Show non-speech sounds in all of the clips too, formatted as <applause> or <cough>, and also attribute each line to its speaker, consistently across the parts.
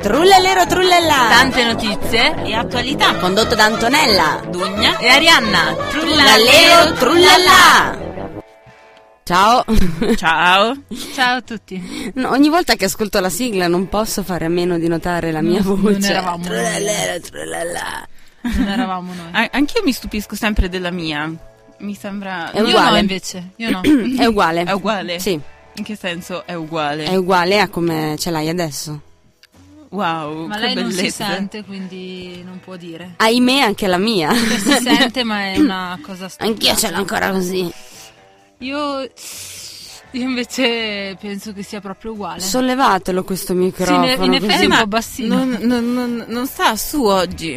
Speaker 1: Trullalero trullallà
Speaker 2: Tante notizie
Speaker 1: e attualità condotto da Antonella
Speaker 2: Dugna e Arianna
Speaker 1: Trullalero trullallà Ciao <laughs>
Speaker 2: Ciao Ciao a tutti
Speaker 1: No, Ogni volta che ascolto la sigla non posso fare a meno di notare la mia
Speaker 2: Non- non
Speaker 1: voce
Speaker 2: eravamo noi.
Speaker 1: Trullalero trullallà
Speaker 2: Non eravamo noi
Speaker 3: A- anch'io mi stupisco sempre della mia. Mi sembra.
Speaker 1: È
Speaker 2: Io no
Speaker 1: uguale.
Speaker 2: invece Io no
Speaker 1: <clears throat> È uguale
Speaker 3: È uguale?
Speaker 1: Sì
Speaker 3: <clears throat> In che senso è uguale?
Speaker 1: è uguale a come ce l'hai adesso
Speaker 3: Wow,
Speaker 2: Ma
Speaker 3: che
Speaker 2: lei non
Speaker 3: bellezza.
Speaker 2: si sente quindi non può dire
Speaker 1: Ahimè anche la mia
Speaker 2: Cioè, Si sente ma è una cosa strana
Speaker 1: Anch'io ce l'ho ancora così
Speaker 2: Io Io invece penso che sia proprio uguale
Speaker 1: Sollevatelo questo microfono
Speaker 2: Eh. in effetti
Speaker 1: così.
Speaker 2: è un po' bassino.
Speaker 4: Non, non- non- non sta su oggi.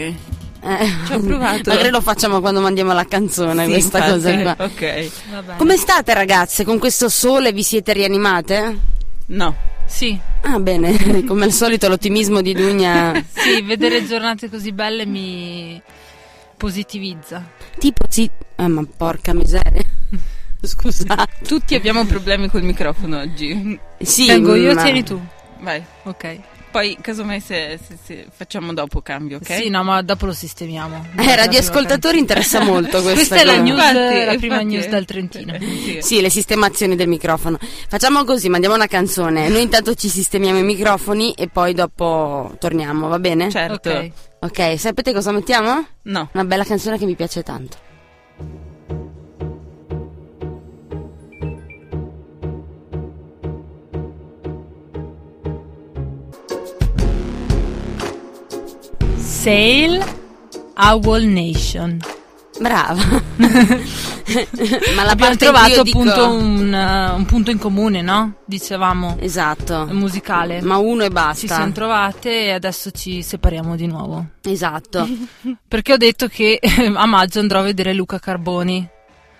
Speaker 1: Eh.
Speaker 4: Ci ho provato.
Speaker 1: Magari lo facciamo quando mandiamo la canzone,
Speaker 3: Sì,
Speaker 1: questa
Speaker 3: infatti.
Speaker 1: cosa qua.
Speaker 3: Ok.
Speaker 2: Vabbè.
Speaker 1: Come state ragazze? Con questo sole vi siete rianimate?
Speaker 3: No.
Speaker 2: Sì
Speaker 1: Ah bene, <laughs> come al solito l'ottimismo di Dugna
Speaker 2: <laughs> Sì vedere giornate così belle mi positivizza
Speaker 1: tipo sì, ah, ma porca miseria. Scusate.
Speaker 3: Tutti abbiamo problemi col microfono oggi.
Speaker 1: Sì,
Speaker 2: Tengo io
Speaker 1: ma-
Speaker 2: tieni tu
Speaker 3: Vai.
Speaker 2: Ok
Speaker 3: Poi, casomai, se, se- se facciamo dopo cambio, ok?
Speaker 2: Sì, no, ma dopo lo sistemiamo.
Speaker 1: Eh, radioascoltatori interessa molto questa
Speaker 2: Questa è la
Speaker 1: cosa.
Speaker 2: news,
Speaker 3: Infatti,
Speaker 2: la prima
Speaker 3: infatti.
Speaker 2: news dal
Speaker 3: <laughs>
Speaker 2: Trentino.
Speaker 3: Sì.
Speaker 1: Sì, le sistemazioni del microfono. Facciamo così, mandiamo una canzone. Noi intanto ci sistemiamo i microfoni e poi dopo torniamo, va bene?
Speaker 3: Certo.
Speaker 2: Ok.
Speaker 1: Ok, sapete cosa mettiamo?
Speaker 3: No.
Speaker 1: Una bella canzone che mi piace tanto.
Speaker 2: Sail Owl Nation. <laughs>
Speaker 1: Brava. <laughs> Ma la
Speaker 2: Abbiamo
Speaker 1: parte in cui
Speaker 2: trovato
Speaker 1: io dico-
Speaker 2: appunto un, eh, un punto in comune, no? Dicevamo,
Speaker 1: Esatto.
Speaker 2: musicale.
Speaker 1: Ma uno e basta.
Speaker 2: Ci siamo trovate e adesso ci separiamo di nuovo. <laughs> Ah,
Speaker 1: Esatto.
Speaker 2: Perché ho detto che <laughs> a maggio andrò a vedere Luca Carboni.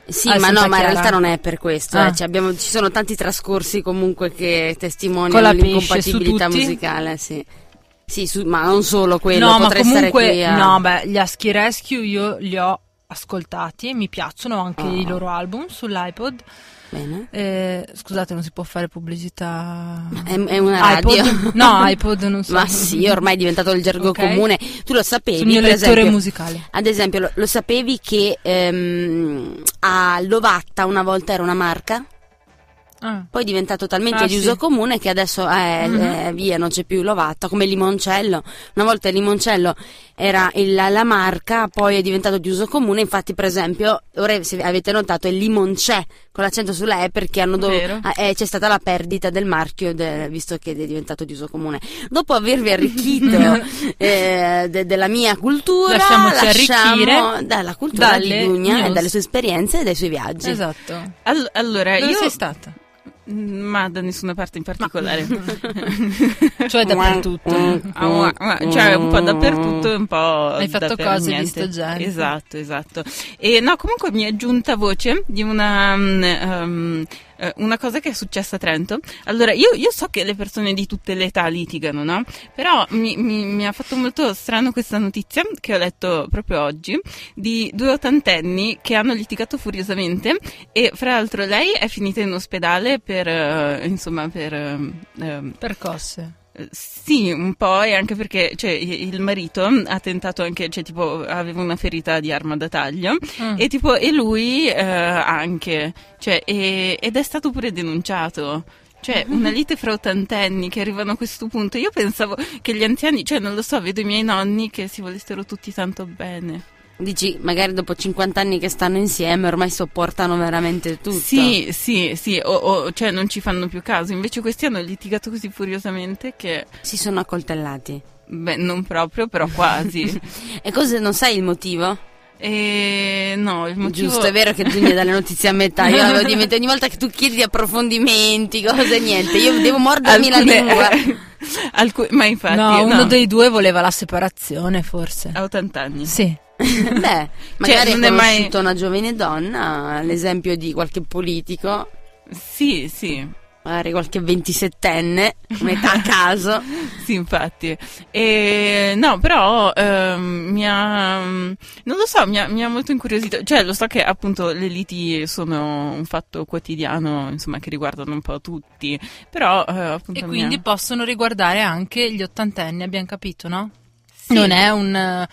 Speaker 1: Sì,
Speaker 2: Ah,
Speaker 1: ma
Speaker 2: Santa
Speaker 1: no, ma in
Speaker 2: Chiara.
Speaker 1: realtà non è per questo.
Speaker 2: Ah.
Speaker 1: eh. Ci abbiamo- ci sono tanti trascorsi comunque che
Speaker 2: Con
Speaker 1: testimoniano
Speaker 2: la pesce su
Speaker 1: l'incompatibilità
Speaker 2: tutti?
Speaker 1: musicale, sì. Sì, su- ma non solo quello,
Speaker 2: no, ma
Speaker 1: potrei stare qui eh.
Speaker 2: comunque,
Speaker 1: a...
Speaker 2: no, beh, gli Aschi Rescue io li ho ascoltati e mi piacciono anche
Speaker 1: Ah.
Speaker 2: i loro album sull'iPod.
Speaker 1: Bene.
Speaker 2: Eh, scusate, non si può fare
Speaker 1: <laughs>
Speaker 2: pubblicità.
Speaker 1: È, è una radio. <laughs>
Speaker 2: iPod? Ah, No, iPod non so.
Speaker 1: Ah, Ma sì, ormai è diventato il gergo
Speaker 2: Ok.
Speaker 1: comune. Tu lo sapevi,
Speaker 2: Sul mio
Speaker 1: per
Speaker 2: lettore
Speaker 1: esempio,
Speaker 2: musicale.
Speaker 1: Ad esempio, lo, lo sapevi che ehm, a Lovatta una volta era una marca?
Speaker 2: Ah,
Speaker 1: Poi è diventato talmente
Speaker 2: Ah,
Speaker 1: di uso
Speaker 2: sì.
Speaker 1: comune che adesso è
Speaker 2: Mhm.
Speaker 1: eh, via, non c'è più Lovatta, come Limoncello. Una volta il Limoncello era il- la, la marca, poi è diventato di uso comune. Infatti, per esempio, ora se avete notato è Limoncè con l'accento sulla E perché hanno dov-
Speaker 3: Vero.
Speaker 1: ah, eh, c'è stata la perdita del marchio de- visto che è diventato di uso comune. Dopo avervi
Speaker 2: <laughs>
Speaker 1: arricchito eh, de- della mia cultura,
Speaker 2: Lasciamoci
Speaker 1: lasciamo
Speaker 2: arricchire
Speaker 1: dalla cultura
Speaker 2: dalle
Speaker 1: di Dugna e
Speaker 2: news.
Speaker 1: dalle sue esperienze e dai suoi viaggi.
Speaker 2: esatto.
Speaker 3: All- allora,
Speaker 1: Eh,
Speaker 2: Dove
Speaker 3: io.
Speaker 2: sei stata?
Speaker 3: Ma da nessuna parte in particolare.
Speaker 1: <laughs>
Speaker 2: Cioè, dappertutto.
Speaker 1: mm.
Speaker 3: Ah, ma- ma- cioè un po' dappertutto e un po'
Speaker 2: Hai fatto
Speaker 3: dapper-
Speaker 2: cose,
Speaker 3: niente.
Speaker 2: visto gente.
Speaker 3: esatto esatto e no comunque mi è giunta voce di una mm, ehm, eh, una cosa che è successa a Trento allora io, io so che le persone di tutte le età litigano no? però mi, mi- mi ha fatto molto strano questa notizia che ho letto proprio oggi di due ottantenni che hanno litigato furiosamente e fra l'altro lei è finita in ospedale per eh, insomma per ehm,
Speaker 2: Percosse.
Speaker 3: eh, Sì, un po', e anche perché cioè, i- il marito ha tentato anche, cioè, tipo, aveva una ferita di arma da taglio,
Speaker 2: Ah.
Speaker 1: Eh,
Speaker 3: e tipo, e lui eh, anche, cioè, e- ed è stato pure denunciato. Cioè, una lite fra ottantenni che arrivano a questo punto. Io pensavo che gli anziani, cioè, non lo so, vedo i miei nonni che si volessero tutti tanto bene.
Speaker 1: Dici, magari dopo 50 anni che stanno insieme ormai sopportano veramente tutto.
Speaker 3: Sì, sì, sì, o, o, cioè, non ci fanno più caso. Invece questi hanno litigato così furiosamente che,
Speaker 1: Si sono accoltellati.
Speaker 3: beh, non proprio, però quasi.
Speaker 1: E cosa non sai il motivo?
Speaker 3: Eh, no, il motivo...
Speaker 1: Giusto, è vero che tu mi dai dalle notizie a metà. Io
Speaker 3: <laughs>
Speaker 1: l'avevo dimenticato ogni volta che tu chiedi di approfondimenti, cose niente. Io devo mordermi
Speaker 3: Alcune- <laughs>
Speaker 1: la lingua.
Speaker 3: Alcu- ma infatti...
Speaker 2: no, Ah. uno dei due voleva la separazione, forse.
Speaker 3: A 80 anni.
Speaker 2: Sì.
Speaker 1: Beh, magari
Speaker 3: Cioè, non
Speaker 1: hai
Speaker 3: è mai-
Speaker 1: conosciuto una giovane donna, l'esempio di qualche politico.
Speaker 3: Sì, sì.
Speaker 1: magari qualche 27enne, metà a caso.
Speaker 3: Sì, infatti. E, no, però ehm, mi ha. Non lo so, mi ha, mi ha molto incuriosito. Cioè, lo so che appunto le liti sono un fatto quotidiano, insomma, che riguardano un po' tutti. Però, eh, appunto.
Speaker 2: E
Speaker 3: mi
Speaker 2: quindi
Speaker 3: ha-
Speaker 2: possono riguardare anche gli ottantenni, abbiamo capito, no? Non è un, eh,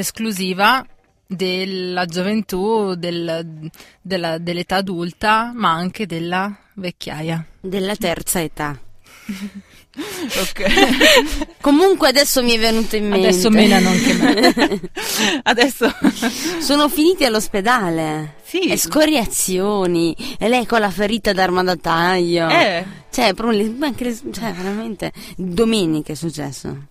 Speaker 2: un'esclusiva della gioventù, del- della- dell'età adulta, ma anche della vecchiaia.
Speaker 1: Della terza età.
Speaker 3: ok.
Speaker 1: Comunque adesso mi è venuto in mente.
Speaker 2: Adesso menano anche me.
Speaker 3: Adesso.
Speaker 1: <laughs>
Speaker 3: <laughs>
Speaker 1: Sono finiti all'ospedale.
Speaker 3: Sì.
Speaker 1: Escoriazioni. E lei con la ferita d'arma da taglio.
Speaker 3: Eh.
Speaker 1: Cioè, proprio le- anche le- cioè, veramente. Domenica è successo.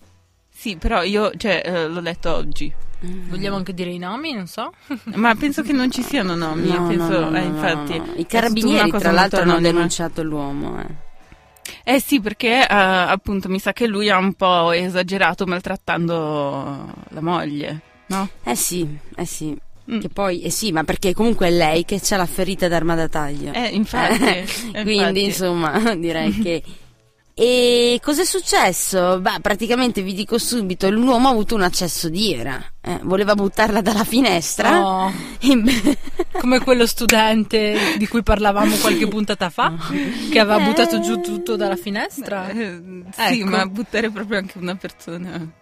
Speaker 3: Sì, però io cioè, eh, l'ho letto oggi.
Speaker 2: Vogliamo anche dire i nomi, non so.
Speaker 3: Ma penso che non ci siano nomi.
Speaker 1: No, no,
Speaker 3: penso,
Speaker 1: no, no,
Speaker 3: eh,
Speaker 1: no,
Speaker 3: infatti.
Speaker 1: no, no.
Speaker 3: è
Speaker 1: I carabinieri,
Speaker 3: tutta
Speaker 1: tra
Speaker 3: una cosa molto
Speaker 1: l'altro, hanno
Speaker 3: anonima.
Speaker 1: denunciato l'uomo. eh.
Speaker 3: Eh sì, perché eh, appunto mi sa che lui ha un po' esagerato maltrattando la moglie, no?
Speaker 1: Eh sì, eh sì.
Speaker 3: Mm.
Speaker 1: Che poi, eh sì, ma perché comunque è lei che ha la ferita d'arma da taglio.
Speaker 3: Eh,
Speaker 1: <laughs>
Speaker 3: infatti.
Speaker 1: Eh,
Speaker 3: eh, infatti.
Speaker 1: Quindi, insomma, <laughs> direi che. E cos'è successo? Beh, praticamente vi dico subito: l'uomo ha avuto un accesso di ira. Eh, voleva buttarla dalla finestra.
Speaker 2: No,
Speaker 1: E beh-
Speaker 2: come quello studente di cui parlavamo qualche puntata
Speaker 1: <laughs>
Speaker 2: fa, che aveva
Speaker 1: Eh.
Speaker 2: buttato giù tutto dalla finestra.
Speaker 3: Eh, sì,
Speaker 2: Ecco.
Speaker 3: ma buttare proprio anche una persona.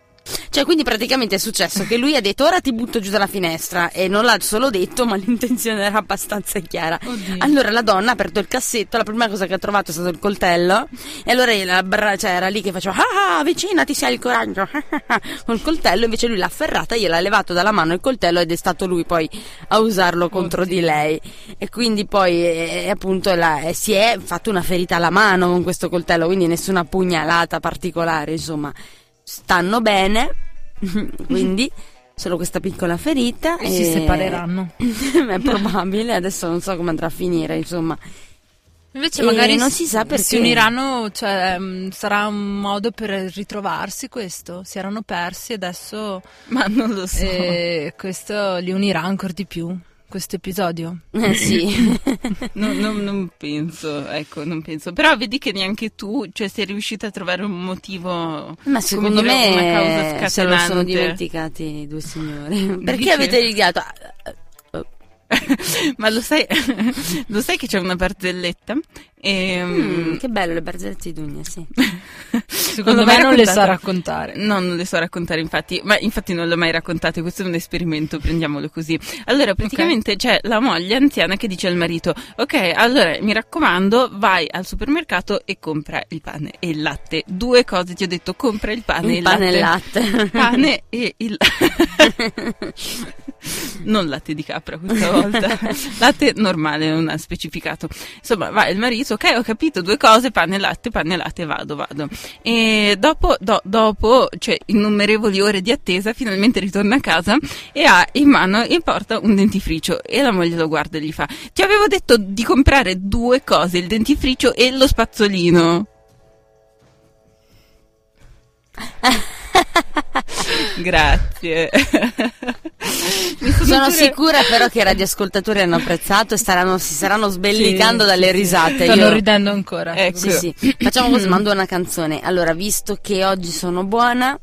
Speaker 1: Cioè, quindi praticamente è successo che lui ha detto: Ora ti butto giù dalla finestra. E non l'ha solo detto, ma <laughs> l'intenzione era abbastanza chiara.
Speaker 2: Oddio.
Speaker 1: Allora la donna ha aperto il cassetto, la prima cosa che ha trovato è stato il coltello e allora la bra- cioè, era lì che faceva ah ah, avvicinati se hai il coraggio <laughs> ah, ah, ah", col coltello invece lui l'ha afferrata, gliel'ha levato dalla mano il coltello ed è stato lui poi a usarlo contro di lei e quindi poi eh, appunto la- eh, si è fatto una ferita alla mano con questo coltello quindi nessuna pugnalata particolare insomma stanno bene <laughs> quindi solo questa piccola ferita
Speaker 2: E si separeranno.
Speaker 1: <laughs> è probabile, adesso non so come andrà a finire, insomma.
Speaker 2: Invece
Speaker 1: E
Speaker 2: magari
Speaker 1: non
Speaker 2: s-
Speaker 1: si sa perché.
Speaker 2: Si uniranno, cioè mh, sarà un modo per ritrovarsi questo. Si erano persi e adesso
Speaker 3: Ma non lo so.
Speaker 2: eh, questo li unirà ancora di più, questo episodio.
Speaker 1: Eh sì.
Speaker 3: Non, non- non penso, ecco, non penso. Però vedi che neanche tu, cioè, sei riuscita a trovare un motivo.
Speaker 1: Ma secondo
Speaker 3: dire, una
Speaker 1: me
Speaker 3: causa
Speaker 1: se lo sono
Speaker 3: scatenante.
Speaker 1: dimenticati i due signori. Perché
Speaker 3: Dici?
Speaker 1: avete litigato?
Speaker 3: <laughs> Ma lo sai, lo sai che c'è una barzelletta? Ehm,
Speaker 1: Mm, che bello le barzellette di Dugna, sì.
Speaker 2: Mm.
Speaker 3: <laughs>
Speaker 2: Secondo
Speaker 3: l'ho mai
Speaker 2: me non le sa
Speaker 3: raccontata.
Speaker 2: raccontare.
Speaker 3: No, non le so raccontare, infatti, ma infatti non le ho mai raccontate, questo è un esperimento, prendiamolo così. Allora, praticamente c'è la moglie anziana che dice al marito: Ok, allora mi raccomando, vai al supermercato e compra il pane e il latte. Due cose ti ho detto: compra il pane e
Speaker 1: Il
Speaker 3: il
Speaker 1: pane e
Speaker 3: Ah, latte.
Speaker 1: il
Speaker 3: <laughs>
Speaker 1: latte.
Speaker 3: Pane e il <laughs> non latte di capra questa volta, latte normale, non ha specificato. Insomma, va il marito, ok, ho capito due cose, pane e latte, pane e latte, vado, vado. E dopo, do- dopo, cioè, innumerevoli ore di attesa, finalmente ritorna a casa e ha in mano in porta un dentifricio e la moglie lo guarda e gli fa: Ti avevo detto di comprare due cose, il dentifricio e lo
Speaker 1: <laughs>
Speaker 3: spazzolino. Grazie. Mi fa
Speaker 1: Sono
Speaker 3: piacere-
Speaker 1: sicura però che i radioascoltatori hanno apprezzato e staranno- si saranno sbellicando
Speaker 2: Sì,
Speaker 1: dalle
Speaker 2: sì, sì.
Speaker 1: risate.
Speaker 2: Stanno
Speaker 1: Cioè, Io- Eh.
Speaker 2: ridendo ancora.
Speaker 3: Ecco.
Speaker 1: Sì, sì. Facciamo così, mando una canzone. Allora, visto che oggi sono buona,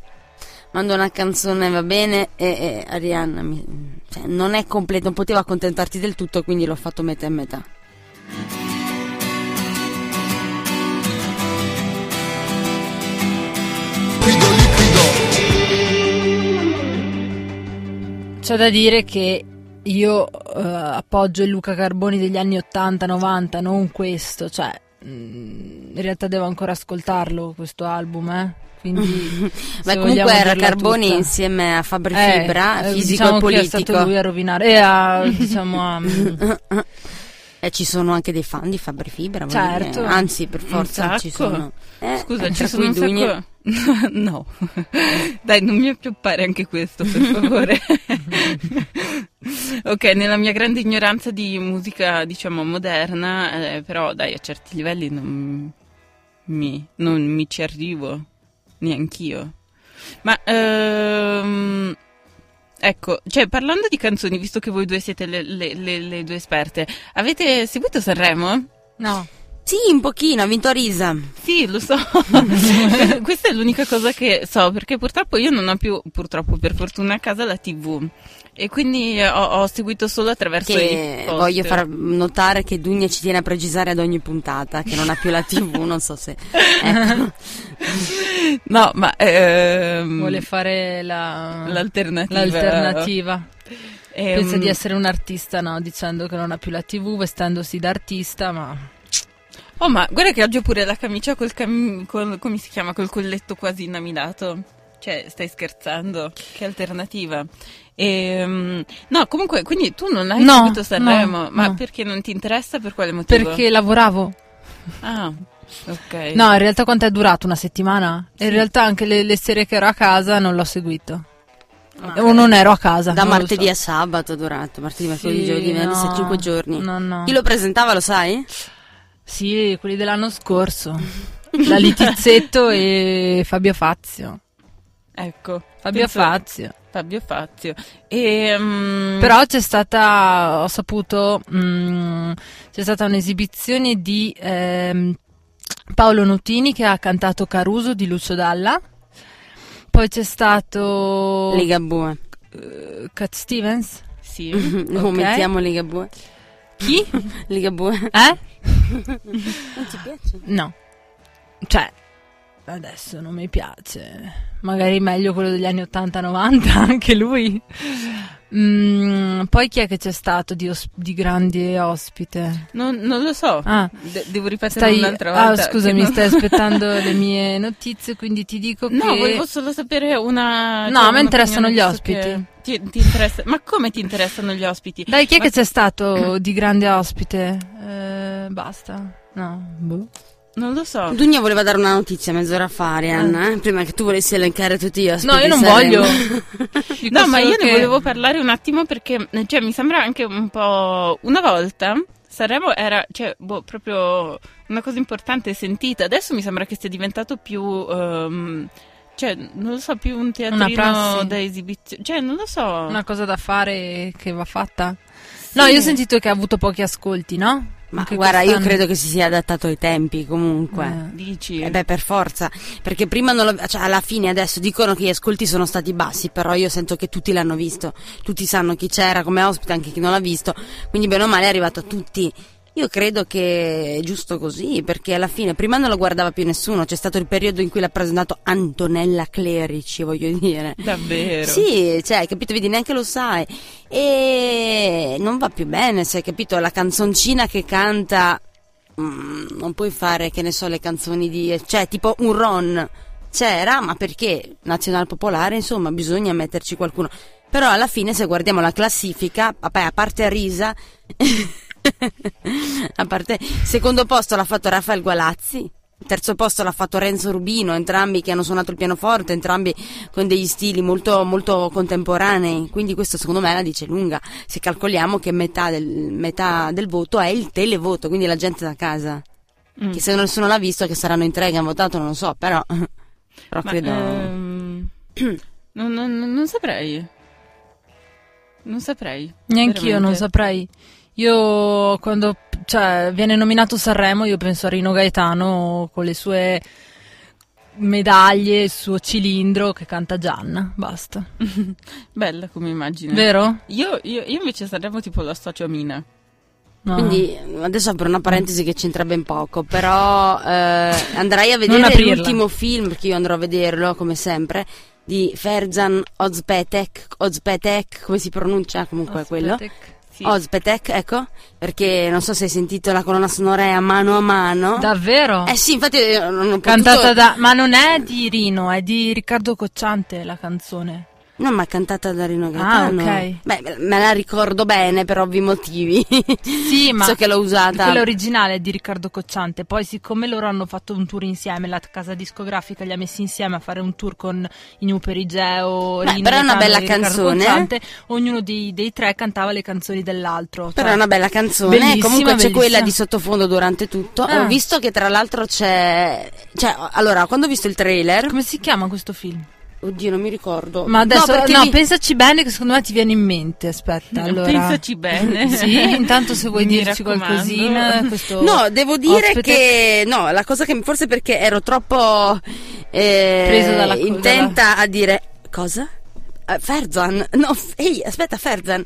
Speaker 1: mando una canzone, va bene. E, e Arianna, mi- cioè, non è completo, non poteva accontentarti del tutto, quindi l'ho fatto metà e metà.
Speaker 2: C'è da dire che io eh, appoggio il Luca Carboni degli anni 80-90, non questo, cioè mh, in realtà devo ancora ascoltarlo questo album, eh. Quindi
Speaker 1: <laughs> Ma
Speaker 2: se vogliamo
Speaker 1: comunque era
Speaker 2: dirla
Speaker 1: Carboni
Speaker 2: tutta.
Speaker 1: insieme a Fabri
Speaker 2: Eh,
Speaker 1: Fibra,
Speaker 2: eh,
Speaker 1: fisico
Speaker 2: diciamo
Speaker 1: e
Speaker 2: che è stato lui
Speaker 1: politico.
Speaker 2: a rovinare e
Speaker 1: <laughs>
Speaker 2: a diciamo a, mh,
Speaker 1: E ci sono anche dei fan di Fabri Fibra, voglio
Speaker 2: Certo.
Speaker 1: dire. anzi per
Speaker 3: Un
Speaker 1: forza ci
Speaker 3: sacco.
Speaker 1: sono. Eh,
Speaker 3: Scusa,
Speaker 1: tra
Speaker 3: ci sono un
Speaker 1: cui Dugna.
Speaker 3: sacco... <laughs> No, dai, non mi appioppare anche questo, per <laughs> favore. ok, nella mia grande ignoranza di musica, diciamo, moderna, eh, però dai, a certi livelli non mi, non mi ci arrivo, neanch'io. Ma, ehm, ecco, cioè, parlando di canzoni, visto che voi due siete le, le- le- le due esperte, avete seguito Sanremo?
Speaker 2: no,
Speaker 1: Sì, un pochino, ha vinto Risa.
Speaker 3: Sì, lo
Speaker 2: <laughs>
Speaker 3: so. Questa è l'unica cosa che so, perché purtroppo io non ho più, purtroppo per fortuna a casa la TV. E quindi eh, ho, ho seguito solo attraverso
Speaker 1: Che
Speaker 3: i post.
Speaker 1: voglio far notare che Dugna ci tiene a precisare ad ogni puntata che non ha più la TV, non so
Speaker 2: <laughs>
Speaker 1: se. Ecco.
Speaker 3: No, ma
Speaker 1: Mm.
Speaker 3: ehm,
Speaker 2: Vuole fare la-
Speaker 3: l'alternativa.
Speaker 2: l'alternativa.
Speaker 3: Ehm,
Speaker 2: Pensa di essere un artista, no? Dicendo che non ha più la TV, vestendosi da artista, ma.
Speaker 3: Oh, ma guarda che oggi ho pure la camicia col, cam- col- come si chiama? Col colletto quasi inamidato. Cioè, stai scherzando? Che alternativa. Ehm, no, comunque, quindi tu non hai
Speaker 2: No,
Speaker 3: seguito Sanremo,
Speaker 2: no,
Speaker 3: ma
Speaker 2: no.
Speaker 3: perché non ti interessa? Per quale motivo?
Speaker 2: Perché lavoravo.
Speaker 3: Ah, ok.
Speaker 1: Eh.
Speaker 2: No, in realtà quanto è durato? Una settimana? In realtà anche le, le sere che ero a casa non l'ho seguito.
Speaker 3: Ah,
Speaker 2: O non ero a casa.
Speaker 1: Ah. Da
Speaker 2: non lo
Speaker 1: martedì
Speaker 2: so.
Speaker 1: a sabato è durato, martedì, mercoledì,
Speaker 2: Sì,
Speaker 1: giovedì, venerdì,
Speaker 2: no,
Speaker 1: 5 giorni.
Speaker 2: No, no.
Speaker 1: Chi lo presentava lo sai?
Speaker 2: Sì, quelli
Speaker 1: <laughs>
Speaker 2: dell'anno scorso. La Litizzetto e Fabio Fazio.
Speaker 3: Ecco.
Speaker 2: Fabio
Speaker 3: penso-
Speaker 2: Fazio.
Speaker 3: Fabio Fazio. Ehm,
Speaker 2: Però c'è stata, ho saputo, mm, c'è stata un'esibizione di ehm, Paolo Nutini che ha cantato Caruso di Lucio Dalla. Poi c'è stato
Speaker 1: Ligabue. <clears throat>
Speaker 2: eh, Cat Stevens. <laughs>
Speaker 3: Sì.
Speaker 1: No,
Speaker 2: Ok.
Speaker 1: mettiamo Ligabue.
Speaker 2: Chi?
Speaker 1: <laughs> Ligabue.
Speaker 2: Eh?
Speaker 1: <laughs> Non ti piace?
Speaker 2: No. Cioè, adesso non mi piace. Magari meglio quello degli anni 80-90, <laughs> anche lui. Mm, poi chi è che c'è stato di, os- di grande ospite?
Speaker 3: Non, non lo so.
Speaker 2: Ah,
Speaker 3: De- devo ripetere
Speaker 2: stai...
Speaker 3: un'altra
Speaker 2: ah,
Speaker 3: volta.
Speaker 2: scusa,
Speaker 3: che
Speaker 2: mi
Speaker 3: non-
Speaker 2: stai
Speaker 3: <laughs>
Speaker 2: <laughs> aspettando le mie notizie, quindi ti dico
Speaker 3: No,
Speaker 2: che...
Speaker 3: volevo solo sapere una. cioè,
Speaker 2: No, a
Speaker 3: un'opinione
Speaker 2: me interessano gli
Speaker 3: su
Speaker 2: ospiti.
Speaker 3: che- Ti, ti interessa... Ma come ti interessano gli ospiti?
Speaker 2: Dai, chi è
Speaker 3: Ma-
Speaker 2: che c'è <clears throat> stato di grande ospite? Eh, basta. No. boh.
Speaker 3: Non lo so.
Speaker 1: Dugna voleva dare una notizia mezz'ora fa, Arianna, eh, prima che tu volessi elencare tutti gli ospiti.
Speaker 2: No, io non
Speaker 1: di
Speaker 2: voglio. <laughs>
Speaker 1: Sanremo.
Speaker 2: Dico
Speaker 3: No, ma
Speaker 2: solo
Speaker 3: io
Speaker 2: che-
Speaker 3: ne volevo parlare un attimo perché eh, cioè, mi sembra anche un po'. Una volta Sanremo era cioè, boh, proprio una cosa importante e sentita. Adesso mi sembra che sia diventato più. ehm, cioè, non lo so, più un teatrino
Speaker 2: prassi.
Speaker 3: da esibizione. Cioè, non lo so.
Speaker 2: una cosa da fare che va fatta. No, io ho sentito che ha avuto pochi ascolti, no?
Speaker 1: Ma
Speaker 2: Anche
Speaker 1: guarda, io
Speaker 2: quest'anno.
Speaker 1: credo che si sia adattato ai tempi comunque.
Speaker 2: Eh.
Speaker 3: Dici.
Speaker 1: Eh beh, per forza, perché prima non lo- cioè, alla fine adesso dicono che gli ascolti sono stati bassi, però io sento che tutti l'hanno visto, tutti sanno chi c'era come ospite, anche chi non l'ha visto, quindi bene o male è arrivato a tutti. Io credo che è giusto così, perché alla fine prima non lo guardava più nessuno, c'è stato il periodo in cui l'ha presentato Antonella Clerici, voglio dire.
Speaker 3: Davvero.
Speaker 1: Sì, cioè, hai capito, vedi, neanche lo sai. E non va più bene, se hai capito, la canzoncina che canta, mm, non puoi fare, che ne so, le canzoni di... cioè, tipo un Ron c'era, ma perché Nazional Popolare, insomma, bisogna metterci qualcuno. Però alla fine, se guardiamo la classifica, vabbè, a parte Risa, <laughs> a parte... Secondo posto l'ha fatto Rafael Gualazzi, terzo posto l'ha fatto Renzo Rubino, entrambi che hanno suonato il pianoforte, entrambi con degli stili molto, molto contemporanei. Quindi questo secondo me la dice lunga, se calcoliamo che metà del, metà del voto è il televoto, quindi la gente da casa.
Speaker 3: Mm.
Speaker 1: Che se nessuno l'ha visto, che saranno in tre che hanno votato, non lo so, però... <laughs> Però
Speaker 3: Ma,
Speaker 1: credo...
Speaker 3: ehm, non, non- non- non saprei. Non saprei.
Speaker 2: Neanch'io non
Speaker 3: veramente.
Speaker 2: saprei. Io quando cioè, viene nominato Sanremo, io penso a Rino Gaetano con le sue medaglie, il suo cilindro che canta Gianna, basta.
Speaker 1: Mm.
Speaker 3: Bella come immagine.
Speaker 2: Vero?
Speaker 3: Io, io- io invece Sanremo tipo lo associo a Mina.
Speaker 2: No.
Speaker 1: Quindi adesso apro una parentesi che c'entra ben poco, però eh, andrai a
Speaker 2: Non
Speaker 1: vedere
Speaker 2: aprirla.
Speaker 1: l'ultimo film, perché io andrò a vederlo come sempre, di Ferzan Ozpetek, Ozpetek, come si pronuncia comunque quello?
Speaker 2: Aspetta.
Speaker 3: Sì.
Speaker 1: Ozpetek, ecco, perché non so se hai sentito la colonna sonora è a mano a mano.
Speaker 2: Davvero?
Speaker 1: Eh sì, infatti eh, non ho
Speaker 2: Cantata
Speaker 1: potuto-
Speaker 2: da... Ma non è di Rino, è di Riccardo Cocciante la canzone.
Speaker 1: No, ma cantata da Rino Gaetano.
Speaker 2: Ah, ok.
Speaker 1: Beh, me la ricordo bene per ovvi motivi. <laughs>
Speaker 2: Sì, ma
Speaker 1: so che l'ho usata.
Speaker 2: quella originale è di Riccardo Cocciante. Poi, siccome loro hanno fatto un tour insieme, la casa discografica li ha messi insieme a fare un tour con i New Perigeo,
Speaker 1: Beh,
Speaker 2: Rino
Speaker 1: però è una
Speaker 2: Gaetano
Speaker 1: bella
Speaker 2: e Riccardo
Speaker 1: canzone, eh?
Speaker 2: Cocciante, ognuno dei, dei tre cantava le canzoni dell'altro.
Speaker 1: Però
Speaker 2: cioè-
Speaker 1: è una bella canzone,
Speaker 2: Bellissima,
Speaker 1: comunque c'è
Speaker 2: bellissima.
Speaker 1: quella di sottofondo durante tutto.
Speaker 2: Ah.
Speaker 1: Ho visto che tra l'altro c'è... Cioè, allora, quando ho visto il trailer...
Speaker 2: Come si chiama questo film?
Speaker 1: Oddio, non mi ricordo.
Speaker 2: Ma adesso,
Speaker 1: no,
Speaker 2: no,
Speaker 1: perché mi-
Speaker 2: pensaci bene che secondo me ti viene in mente, <laughs> aspetta, allora.
Speaker 3: Pensaci bene.
Speaker 2: <laughs> Sì, intanto se vuoi
Speaker 3: Mi
Speaker 2: dirci
Speaker 3: raccomando.
Speaker 2: qualcosina, <laughs> questo
Speaker 1: No, devo dire
Speaker 2: ospite-
Speaker 1: che no, la cosa che mi- forse perché ero troppo eh,
Speaker 2: Preso dalla-
Speaker 1: intenta a dire cosa? Eh, Ferzan, no, f- ehi, aspetta, Ferzan.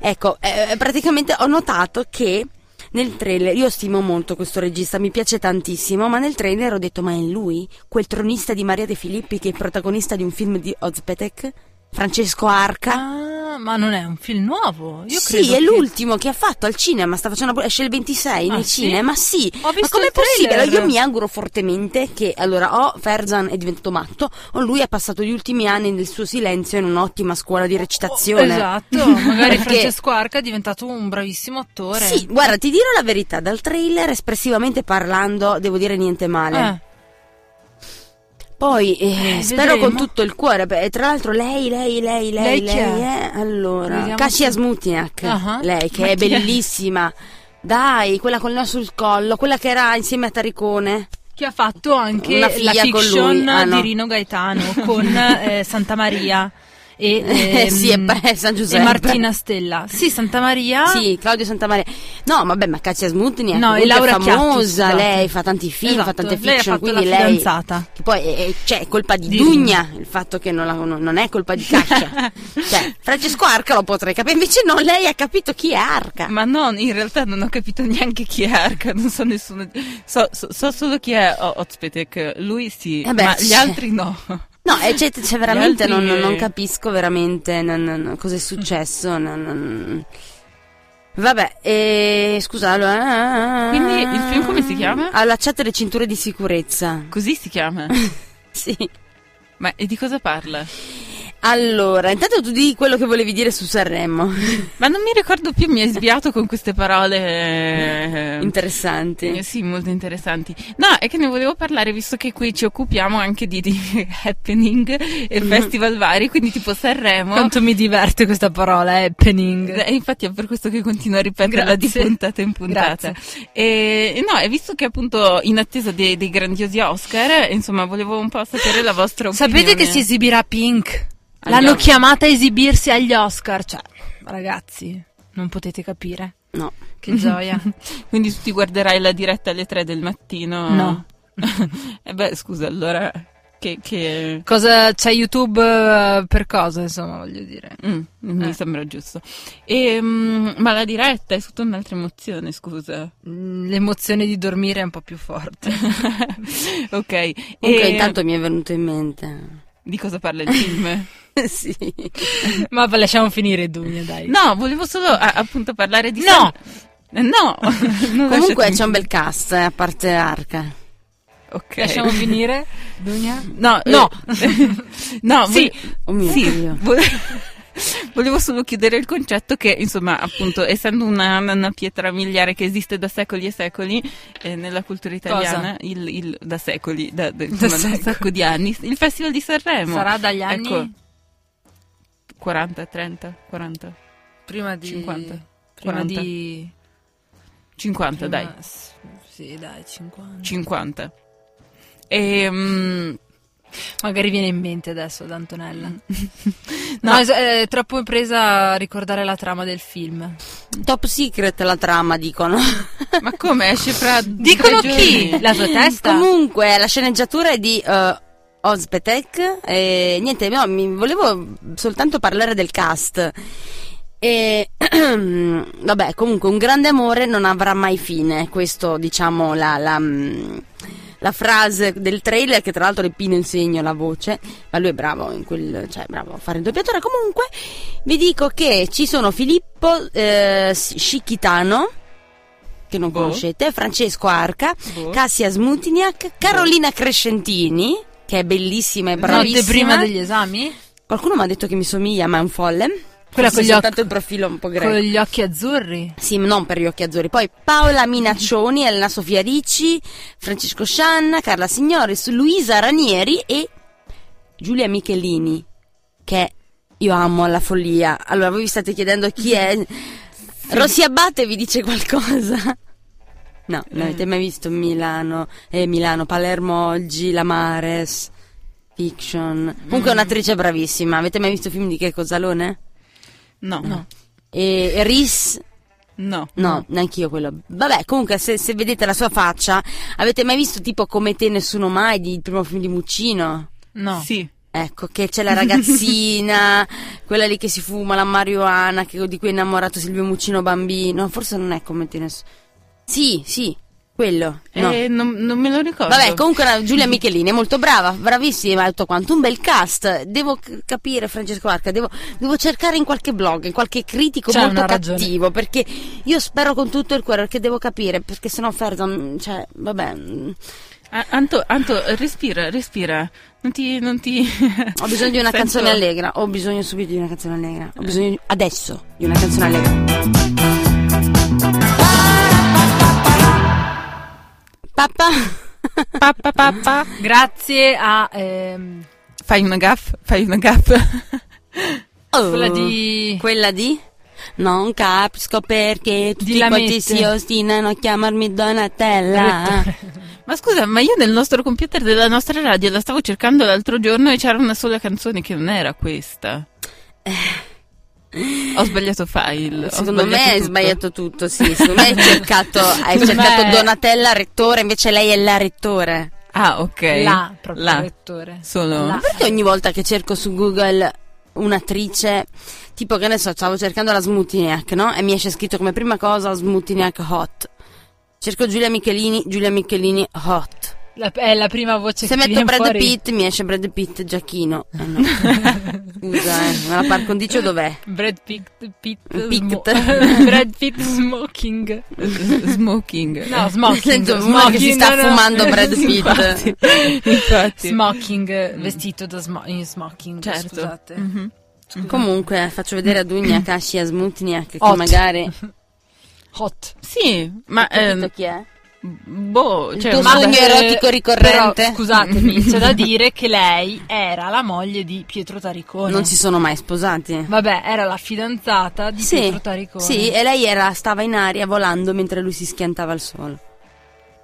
Speaker 1: Ecco, eh, praticamente ho notato che nel trailer, io stimo molto questo regista, mi piace tantissimo, ma nel trailer ho detto, ma è lui? Quel tronista di Maria De Filippi che è il protagonista di un film di Ozpetek? Francesco Arca?
Speaker 2: Ah, ma non è un film nuovo. Io
Speaker 1: sì,
Speaker 2: credo
Speaker 1: è
Speaker 2: che-
Speaker 1: l'ultimo che ha fatto al cinema, sta facendo esce il 26
Speaker 2: Ah,
Speaker 1: nei
Speaker 2: sì?
Speaker 1: cinema, sì.
Speaker 2: Ho
Speaker 1: Ma
Speaker 2: visto
Speaker 1: com'è
Speaker 2: il
Speaker 1: possibile?
Speaker 2: trailer.
Speaker 1: Allora, Io mi auguro fortemente che allora o Ferzan è diventato matto o lui ha passato gli ultimi anni nel suo silenzio in un'ottima scuola di recitazione.
Speaker 2: Esatto, magari
Speaker 1: <laughs> Perché-
Speaker 2: Francesco Arca è diventato un bravissimo attore.
Speaker 1: Sì, guarda, ti dirò la verità, dal trailer espressivamente parlando, devo dire niente male.
Speaker 2: Eh,
Speaker 1: Poi eh,
Speaker 2: Eh,
Speaker 1: spero
Speaker 2: vedremo.
Speaker 1: con tutto il cuore. beh, tra l'altro, lei, lei, lei,
Speaker 2: Lei
Speaker 1: lei, lei,
Speaker 2: chi
Speaker 1: è?
Speaker 2: è?
Speaker 1: Allora,
Speaker 2: Vediamo
Speaker 1: Kasia
Speaker 2: se-
Speaker 1: Smutniak,
Speaker 2: Ah.
Speaker 1: lei che
Speaker 3: Ma
Speaker 1: è
Speaker 3: chi è?
Speaker 1: bellissima. Dai, quella col naso sul collo, quella che era insieme a Taricone.
Speaker 2: che ha fatto anche
Speaker 1: Una
Speaker 2: la
Speaker 1: figlia con
Speaker 2: fiction
Speaker 1: lui. Ah, no.
Speaker 2: di Rino Gaetano
Speaker 1: <laughs>
Speaker 2: con eh, Santa Maria e, ehm,
Speaker 1: Eh, sì, e beh, San
Speaker 2: e
Speaker 1: Giuseppe.
Speaker 2: Martina Stella. Sì, Santa Maria.
Speaker 1: Sì, Claudio Santamaria. No, vabbè, ma Kasia Smutniak
Speaker 2: Ah. No, e
Speaker 1: comunque
Speaker 2: Laura
Speaker 1: è
Speaker 2: Chiatti,
Speaker 1: famosa,
Speaker 2: scusate.
Speaker 1: lei fa tanti film,
Speaker 2: Esatto,
Speaker 1: fa tante
Speaker 2: lei ha
Speaker 1: fiction,
Speaker 2: fatto la
Speaker 1: quindi lei
Speaker 2: fidanzata.
Speaker 1: che poi eh, eh, cioè, è colpa di,
Speaker 2: Di
Speaker 1: Dugna il fatto che non, la- non- non è colpa di Kasia.
Speaker 2: <laughs>
Speaker 1: cioè, Francesco Arca lo potrei capire, invece no, lei ha capito chi è Arca.
Speaker 3: Ma no, in realtà non ho capito neanche chi è Arca, non so nessuno. So, so- so solo chi è O- Ozpetek, lui sì,
Speaker 1: Eh beh,
Speaker 3: ma gli
Speaker 1: sì.
Speaker 3: altri no. <laughs>
Speaker 1: No, eh, cioè, cioè, veramente
Speaker 3: Gli altri-
Speaker 1: non, non capisco veramente non- non- cosa è successo. non- non- Vabbè, eh, scusa, allora... eh,
Speaker 3: Quindi il film come si chiama?
Speaker 1: Allacciate eh, le cinture di sicurezza. <laughs>
Speaker 3: Così si chiama.
Speaker 1: Sì.
Speaker 3: Ma e di cosa parla?
Speaker 1: Allora, intanto tu di quello che volevi dire su Sanremo.
Speaker 3: Ma non mi ricordo più, mi hai sviato con queste parole. eh, Eh,
Speaker 1: Interessanti.
Speaker 3: Sì, molto interessanti. No, è che ne volevo parlare visto che qui ci occupiamo anche di, <laughs> di happening e
Speaker 1: Mm.
Speaker 3: festival vari, quindi tipo
Speaker 1: Oh.
Speaker 3: Sanremo.
Speaker 2: Quanto mi diverte questa parola, eh, happening.
Speaker 3: E eh, infatti è per questo che continuo a ripeterla
Speaker 2: Grazie.
Speaker 3: di puntata in puntata. E no, e visto che appunto in attesa dei, dei grandiosi Oscar, insomma, volevo un po' sapere la vostra opinione.
Speaker 2: Sapete che si esibirà Pink?
Speaker 3: Agli
Speaker 2: L'hanno
Speaker 3: Oscar.
Speaker 2: chiamata a esibirsi agli Oscar. Cioè, ragazzi, non potete capire.
Speaker 1: No.
Speaker 2: <laughs> Che gioia.
Speaker 3: Quindi tu ti guarderai la diretta alle 3 del mattino? <laughs>
Speaker 2: No.
Speaker 3: e beh, scusa, allora che... che...
Speaker 2: Cosa c'è YouTube eh, per cosa, insomma, voglio dire.
Speaker 3: Mm, mi
Speaker 2: Eh.
Speaker 3: sembra giusto. Ehm, ma la diretta è tutta un'altra emozione, scusa. <laughs>
Speaker 2: Mm, L'emozione di dormire è un po' più forte.
Speaker 3: ok.
Speaker 1: Comunque
Speaker 3: e
Speaker 1: intanto mi è venuto in mente. <laughs>
Speaker 3: Di cosa parla il film?
Speaker 1: sì.
Speaker 2: <laughs> Ma lasciamo finire Dunia, dai.
Speaker 3: no, volevo solo a- appunto parlare di...
Speaker 2: No!
Speaker 3: San- Eh,
Speaker 2: <laughs>
Speaker 3: No! Non
Speaker 1: Comunque
Speaker 3: lasciatemi-
Speaker 1: c'è un bel cast, eh, a parte Arca.
Speaker 3: Ok.
Speaker 2: Lasciamo finire Dunia?
Speaker 3: No, eh,
Speaker 2: <laughs> No.
Speaker 3: no,
Speaker 2: Sì.
Speaker 3: vole-
Speaker 1: Oh mio
Speaker 3: Sì,
Speaker 1: Dio.
Speaker 3: vo- <laughs> Volevo solo chiudere il concetto che, insomma, appunto, essendo una, una pietra miliare che esiste da secoli e secoli eh, nella cultura italiana, il, il- da secoli, da, da- insomma, da un
Speaker 2: secoli.
Speaker 3: sacco di anni, il Festival di Sanremo.
Speaker 2: Sarà dagli anni
Speaker 3: Ecco. 40, 30, 40,
Speaker 2: prima di
Speaker 3: 50,
Speaker 2: prima
Speaker 3: 40.
Speaker 2: di
Speaker 3: 50, dai,
Speaker 2: prima- s- Sì, dai, 50.
Speaker 3: 50. E, mm,
Speaker 2: Magari viene in mente adesso ad Antonella. <laughs>
Speaker 3: No.
Speaker 2: Mm. No, es- è troppo presa a ricordare la trama del film.
Speaker 1: Top secret la trama, dicono.
Speaker 3: ma come esce fra
Speaker 2: Dicono
Speaker 3: tre
Speaker 2: chi?
Speaker 3: giorni?
Speaker 2: La tua testa?
Speaker 1: Mm, Comunque, la sceneggiatura è di eh, Ozpetek. E niente, no, mi volevo soltanto parlare del cast. E <clears throat> vabbè, comunque, un grande amore non avrà mai fine. Questo, diciamo, la. la mm, la frase del trailer che tra l'altro le pino insegno la voce ma lui è bravo in quel cioè è bravo a fare il doppiatore comunque vi dico che ci sono Filippo eh, Scicchitano che non
Speaker 3: Boh.
Speaker 1: conoscete Francesco Arca
Speaker 3: Boh.
Speaker 1: Cassia Smutniak, Carolina Crescentini, che è bellissima e bravissima.
Speaker 2: Notte prima degli esami?
Speaker 1: Qualcuno mi ha detto che mi somiglia, ma è un folle.
Speaker 2: Quella
Speaker 1: Forse
Speaker 2: con gli
Speaker 1: soltanto
Speaker 2: occhi-
Speaker 1: il profilo un po'
Speaker 2: Con
Speaker 1: greco.
Speaker 2: gli occhi azzurri?
Speaker 1: Sì, non per gli occhi azzurri. Poi Paola Minaccioni, Elena Sofia Ricci, Francesco Scianna, Carla Signoris, Luisa Ranieri e Giulia Michelini, che io amo alla follia. Allora, voi vi state chiedendo chi è? Rossi Abate vi dice qualcosa? No, non avete mai visto Milano, eh, Milano, Palermo oggi, la Mares. Fiction. Comunque è un'attrice bravissima. Avete mai visto film di Checco Zalone?
Speaker 3: No, no,
Speaker 1: E Riz
Speaker 3: no.
Speaker 1: No, neanche io quello. Vabbè, comunque, se, se vedete la sua faccia, avete mai visto tipo Come te nessuno mai, di- il primo film di Muccino?
Speaker 2: No.
Speaker 3: Sì.
Speaker 1: Ecco, che c'è la ragazzina, quella lì che si fuma la marijuana, che- di cui è innamorato Silvio Muccino bambino. Forse non è Come te nessuno... Sì, sì, quello. No.
Speaker 3: Eh, non, non me lo ricordo.
Speaker 1: Vabbè, comunque era Giulia Michelini è molto brava, bravissima e tutto quanto, un bel cast. Devo c- capire, Francesco Arca, devo, devo cercare in qualche blog, in qualche critico
Speaker 2: C'è
Speaker 1: molto
Speaker 2: una ragione.
Speaker 1: cattivo, perché io spero con tutto il cuore, perché devo capire, perché sennò Ferdon, cioè, vabbè, mm,
Speaker 3: Ah, Anto, Anto, respira, respira. Non ti... Non ti...
Speaker 1: ho bisogno
Speaker 2: <laughs>
Speaker 1: di una
Speaker 3: <laughs> Sento-
Speaker 1: canzone allegra, ho bisogno subito di una canzone allegra, ho bisogno adesso di una canzone allegra. Papà,
Speaker 3: Pappa, pappa.
Speaker 2: Grazie a ehm,
Speaker 3: Fai una gaff, fai una gaff. <laughs>
Speaker 1: Oh.
Speaker 2: quella di
Speaker 1: Quella di? Non capisco perché tutti
Speaker 2: Di Lamette.
Speaker 1: quanti si ostinano a chiamarmi Donatella.
Speaker 3: Ma scusa, ma io nel nostro computer della nostra radio la stavo cercando l'altro giorno e c'era una sola canzone che non era questa. Ho sbagliato file. ho
Speaker 1: Eh. Secondo me hai
Speaker 3: tutto.
Speaker 1: sbagliato tutto, sì. Secondo me hai cercato, hai
Speaker 2: Beh.
Speaker 1: cercato Donatella rettore, invece lei è la rettore.
Speaker 3: Ah, ok.
Speaker 2: la proprio
Speaker 3: La.
Speaker 2: rettore.
Speaker 3: Solo.
Speaker 2: La.
Speaker 1: Perché ogni volta che cerco su Google un'attrice, tipo che ne so, stavo cercando la Smutiniak, no? E mi esce scritto come prima cosa Smutiniak hot. Cerco Giulia Michelini, Giulia Michelini hot.
Speaker 2: <laughs> La- è la prima
Speaker 3: Cioè,
Speaker 2: voce
Speaker 1: Se
Speaker 2: che
Speaker 1: metto
Speaker 2: viene
Speaker 1: Brad
Speaker 2: fuori.
Speaker 1: Pitt mi esce Brad Pitt Giacchino. Eh
Speaker 3: <laughs>
Speaker 1: no. Scusa, eh, ma la par condicio dov'è?
Speaker 2: Brad Pitt, Pitt
Speaker 1: Pict. <laughs>
Speaker 2: smo- Brad Pitt smoking.
Speaker 3: <laughs> Smoking.
Speaker 2: No,
Speaker 1: Nel
Speaker 2: smoking.
Speaker 1: senso,
Speaker 2: smoking
Speaker 1: uno Eh, che si sta
Speaker 2: no, no.
Speaker 1: fumando
Speaker 2: <laughs>
Speaker 1: Brad
Speaker 3: Infatti,
Speaker 1: Pitt. Mm.
Speaker 3: infatti.
Speaker 2: Smoking, eh, vestito da smo- in smoking,
Speaker 3: Certo.
Speaker 2: scusate.
Speaker 3: Mhm.
Speaker 1: Comunque faccio vedere a Dugna Kasia Smutniak che
Speaker 3: <laughs>
Speaker 2: Hot.
Speaker 1: magari
Speaker 2: Hot.
Speaker 3: Sì, ma...
Speaker 1: capito
Speaker 3: ehm,
Speaker 1: chi è?
Speaker 3: boh,
Speaker 1: Il
Speaker 3: cioè...
Speaker 1: tuo
Speaker 3: ma-
Speaker 1: sogno
Speaker 2: eh,
Speaker 1: erotico ricorrente? <laughs>
Speaker 2: però, scusatemi, c'è da dire che lei era la moglie di Pietro Taricone.
Speaker 1: Non si sono mai sposati.
Speaker 2: Vabbè, era la fidanzata di Pietro Taricone.
Speaker 1: sì,
Speaker 3: eh.
Speaker 1: e lei era- stava in aria volando mentre lui si schiantava al sole.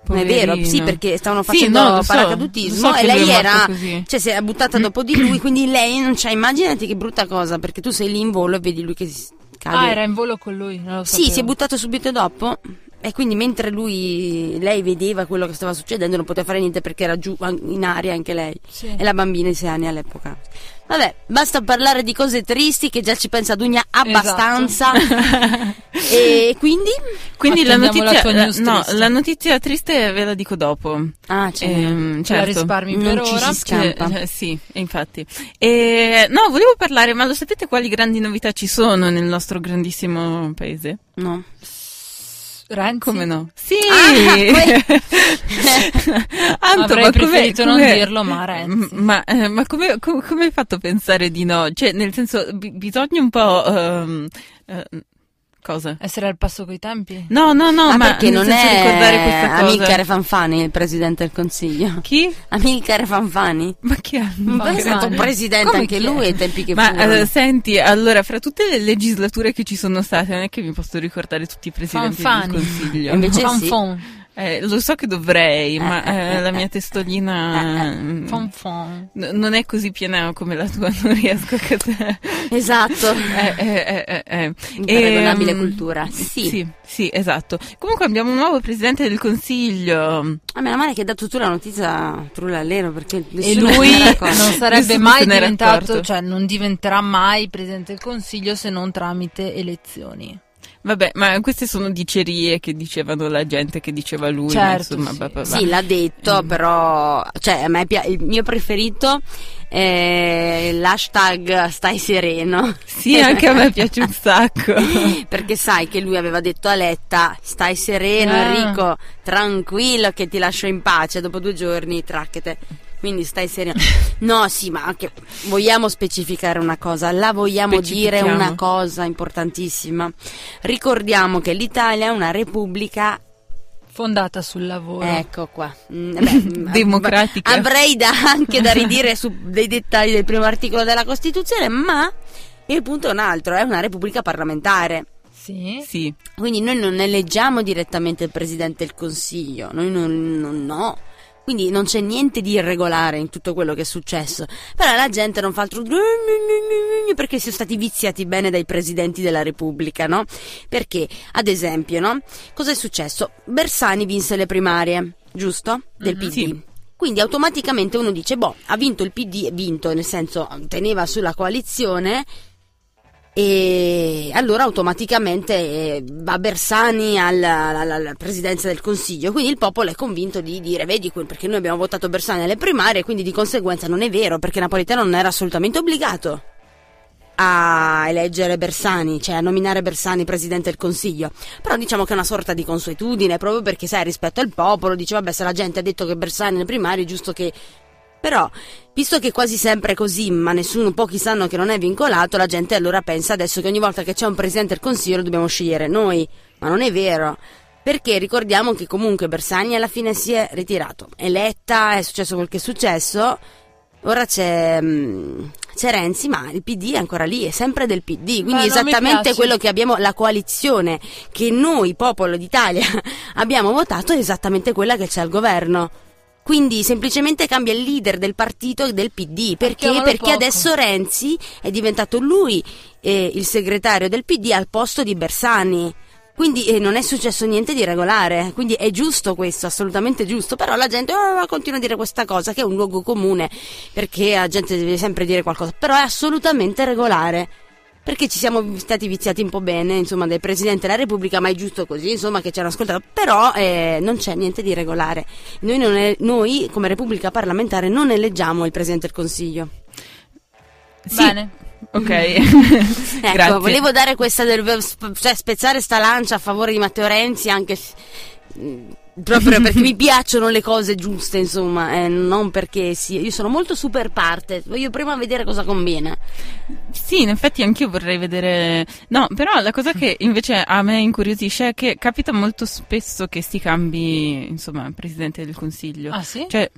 Speaker 1: Ma È
Speaker 3: Poverino.
Speaker 1: vero, sì, perché stavano
Speaker 3: Sì,
Speaker 1: facendo
Speaker 3: no, lo so,
Speaker 1: paracadutismo
Speaker 3: lo so che
Speaker 1: e lei
Speaker 3: lui è morto
Speaker 1: era,
Speaker 3: così.
Speaker 1: cioè si era buttata dopo di
Speaker 3: <clears throat>
Speaker 1: lui, quindi lei non c'è, immaginati che brutta cosa, perché tu sei lì in volo e vedi lui che si cade.
Speaker 2: Ah, era in volo con lui, non lo
Speaker 1: Sì,
Speaker 2: sapevo.
Speaker 1: si è buttato subito dopo e quindi mentre lui, lei vedeva quello che stava succedendo non poteva fare niente perché era giù an- in aria anche lei
Speaker 2: Sì.
Speaker 1: e la bambina di 6 anni all'epoca. Vabbè, basta parlare di cose tristi che già ci pensa Dugna
Speaker 3: Esatto. <laughs>
Speaker 1: abbastanza e quindi...
Speaker 3: Quindi la
Speaker 2: Attendiamo la
Speaker 3: notizia,
Speaker 2: tua
Speaker 3: la-
Speaker 2: news
Speaker 3: no,
Speaker 2: triste.
Speaker 3: la notizia triste ve la dico dopo.
Speaker 1: Ah, c'è.
Speaker 3: Ehm,
Speaker 2: Ce Cioè, la
Speaker 3: certo.
Speaker 2: risparmi
Speaker 1: Non
Speaker 2: per
Speaker 1: ci
Speaker 2: ora.
Speaker 1: si scampa.
Speaker 3: Eh, eh, sì, infatti. E, no, volevo parlare, ma lo sapete quali grandi novità ci sono nel nostro grandissimo paese?
Speaker 1: No.
Speaker 2: Renzi?
Speaker 3: Come no? Sì!
Speaker 1: Ah,
Speaker 3: <laughs> Anto,
Speaker 2: Avrei
Speaker 3: ma come-
Speaker 2: preferito non
Speaker 3: come-
Speaker 2: dirlo,
Speaker 1: Mm,
Speaker 2: ma Renzi.
Speaker 3: M- Ma, eh, ma come, co- come hai fatto a pensare di no? Cioè, nel senso, bi- bisogna un po'... ehm, eh, cosa?
Speaker 2: Essere al passo coi tempi?
Speaker 3: No, no, no,
Speaker 1: Ah,
Speaker 3: ma
Speaker 1: perché non
Speaker 3: nel senso ricordare
Speaker 1: è
Speaker 3: questa cosa.
Speaker 1: Amilcare Fanfani il presidente del consiglio?
Speaker 3: Chi?
Speaker 1: Amilcare Fanfani?
Speaker 3: Ma chi è?
Speaker 1: Ma è
Speaker 2: Fanfani.
Speaker 1: stato presidente
Speaker 2: Come
Speaker 1: anche
Speaker 2: chi
Speaker 1: lui
Speaker 2: è?
Speaker 1: ai tempi che
Speaker 3: Ma
Speaker 1: furono.
Speaker 3: eh, senti, allora, fra tutte le legislature che ci sono state, non è che mi posso ricordare tutti i presidenti
Speaker 2: Fanfani.
Speaker 3: del Consiglio.
Speaker 1: E invece sì.
Speaker 2: Fanfon.
Speaker 3: Eh, lo so che dovrei,
Speaker 1: Eh,
Speaker 3: ma
Speaker 1: eh,
Speaker 3: eh,
Speaker 1: eh,
Speaker 3: la
Speaker 1: eh.
Speaker 3: mia testolina mm,
Speaker 2: Fanfon.
Speaker 3: n- non è così piena come la tua, non riesco a <laughs> capire.
Speaker 1: Esatto.
Speaker 3: Eh, eh, eh, eh, eh.
Speaker 1: Imparagonabile
Speaker 3: Ehm,
Speaker 1: cultura. Sì.
Speaker 3: sì, sì, esatto. Comunque abbiamo un nuovo presidente del Consiglio.
Speaker 1: A Ah, meno male che hai dato tu la notizia trullallero perché
Speaker 2: E
Speaker 1: nessuno
Speaker 2: lui <laughs>
Speaker 1: se n'era accorto.
Speaker 2: non sarebbe
Speaker 3: Nessuno
Speaker 2: mai
Speaker 3: se n'era
Speaker 2: diventato,
Speaker 3: accorto.
Speaker 2: cioè non diventerà mai presidente del consiglio se non tramite elezioni.
Speaker 3: Vabbè, ma queste sono dicerie che dicevano la gente che diceva lui, ma
Speaker 2: Certo,
Speaker 3: insomma,
Speaker 2: sì.
Speaker 3: bah, bah, bah.
Speaker 1: Sì, l'ha detto, però cioè a me pia- il mio preferito è l'hashtag stai sereno,
Speaker 3: Sì, anche a me piace
Speaker 1: <laughs>
Speaker 3: un sacco.
Speaker 1: perché sai che lui aveva detto a Letta stai sereno
Speaker 2: Ah.
Speaker 1: Enrico, tranquillo che ti lascio in pace, dopo due giorni tracchete. Quindi stai
Speaker 3: <laughs>
Speaker 1: sereno. No, sì, ma anche vogliamo specificare una cosa, la vogliamo dire
Speaker 3: Specifichiamo.
Speaker 1: una cosa importantissima. Ricordiamo che l'Italia è una repubblica
Speaker 2: Fondata sul lavoro.
Speaker 1: Ecco qua.
Speaker 3: <laughs>
Speaker 1: Mm, beh,
Speaker 3: Democratica.
Speaker 1: Avrei da- anche da
Speaker 3: <laughs>
Speaker 1: ridire su dei dettagli del primo articolo della Costituzione, ma il punto è un altro, è una repubblica parlamentare.
Speaker 2: Sì.
Speaker 3: Sì,
Speaker 1: Quindi noi non eleggiamo direttamente il Presidente del Consiglio, noi non, non- no. Quindi non c'è niente di irregolare in tutto quello che è successo. Però la gente non fa altro "Eh, perché sono stati viziati bene dai presidenti della Repubblica, no? Perché, ad esempio, no? Cosa è successo? Bersani vinse le primarie, giusto? Del
Speaker 3: Mhm.
Speaker 1: PD.
Speaker 3: Sì.
Speaker 1: Quindi automaticamente uno dice, boh, ha vinto il PD, vinto, nel senso teneva sulla coalizione e allora automaticamente eh, va Bersani alla, alla- alla presidenza del Consiglio. Quindi il popolo è convinto di dire, vedi, quel- perché noi abbiamo votato Bersani alle primarie, quindi di conseguenza non è vero, perché Napolitano non era assolutamente obbligato a eleggere Bersani, cioè a nominare Bersani presidente del Consiglio. Però diciamo che è una sorta di consuetudine, proprio perché sai, rispetto al popolo, dice vabbè, se la gente ha detto che Bersani è il primario, è giusto che però, visto che quasi sempre è così, ma nessuno, pochi sanno che non è vincolato, la gente allora pensa adesso che ogni volta che c'è un presidente del Consiglio lo dobbiamo scegliere noi. Ma non è vero. Perché ricordiamo che comunque Bersani alla fine si è ritirato. Eletta, è successo quel che è successo. Ora c'è, mm, c'è Renzi, ma il PD è ancora lì, è sempre del PD. Quindi
Speaker 2: non mi
Speaker 1: esattamente
Speaker 2: piace.
Speaker 1: quello che abbiamo, la coalizione che noi, popolo d'Italia, abbiamo votato è esattamente quella che c'è al governo. Quindi semplicemente cambia il leader del partito e del PD. Perché?
Speaker 2: Chiamalo
Speaker 1: Perché
Speaker 2: poco.
Speaker 1: adesso Renzi è diventato lui eh, il segretario del PD al posto di Bersani. Quindi eh, non è successo niente di regolare, quindi è giusto questo, assolutamente giusto, però la gente "Ah, continua a dire questa cosa che è un luogo comune, perché la gente deve sempre dire qualcosa, però è assolutamente regolare, perché ci siamo stati viziati un po' bene, insomma, del Presidente della Repubblica, ma è giusto così, insomma, che ci hanno ascoltato, però eh, non c'è niente di regolare. Noi, non è- noi, come Repubblica parlamentare, non eleggiamo il Presidente del Consiglio.
Speaker 3: Sì.
Speaker 2: Bene.
Speaker 3: Ok.
Speaker 1: <laughs> Ecco,
Speaker 3: Grazie.
Speaker 1: volevo dare questa del sp- cioè spezzare sta lancia a favore di Matteo Renzi anche s- mh, proprio perché mi piacciono le cose giuste, insomma, eh, non perché sì, io sono molto super parte, voglio prima vedere cosa conviene.
Speaker 3: Sì, in effetti anch'io vorrei vedere. No, però la cosa che invece a me incuriosisce è che capita molto spesso che si cambi, insomma, presidente del consiglio.
Speaker 2: Ah sì? <laughs>
Speaker 3: Cioè.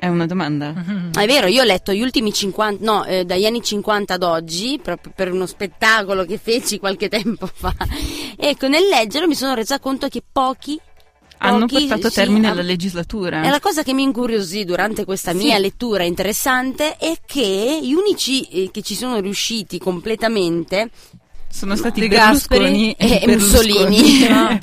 Speaker 3: È una domanda.
Speaker 2: Mhm.
Speaker 1: Ah, È vero, io ho letto gli ultimi 50, no, eh, dagli anni 50 ad oggi, proprio per uno spettacolo che feci qualche <laughs> tempo fa. Ecco, nel leggerlo mi sono resa conto che pochi
Speaker 3: Hanno
Speaker 1: Pochi,
Speaker 3: portato a
Speaker 1: sì,
Speaker 3: termine
Speaker 1: ah,
Speaker 3: la legislatura.
Speaker 1: E la cosa che mi incuriosì durante questa mia lettura interessante è che gli unici eh, che ci sono riusciti completamente,
Speaker 3: Sono stati
Speaker 2: De
Speaker 3: Berlusconi
Speaker 2: Gasperi
Speaker 1: e Mussolini.
Speaker 2: No,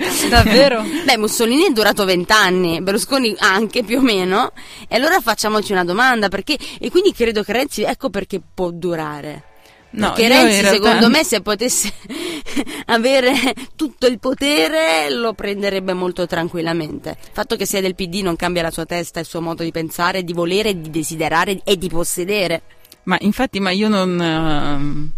Speaker 1: <laughs>
Speaker 2: davvero?
Speaker 1: beh Mussolini è durato vent'anni, Berlusconi anche più o meno, e allora facciamoci una domanda, perché, e quindi credo che Renzi, ecco perché può durare.
Speaker 3: <laughs>
Speaker 1: <laughs>
Speaker 3: No,
Speaker 1: Che
Speaker 3: io
Speaker 1: Renzi,
Speaker 3: in realtà-
Speaker 1: secondo me, se potesse <laughs> avere tutto il potere, lo prenderebbe molto tranquillamente. Il fatto che sia del PD non cambia la sua testa, il suo modo di pensare, di volere, di desiderare e di possedere.
Speaker 3: Ma infatti, ma io non. ehm,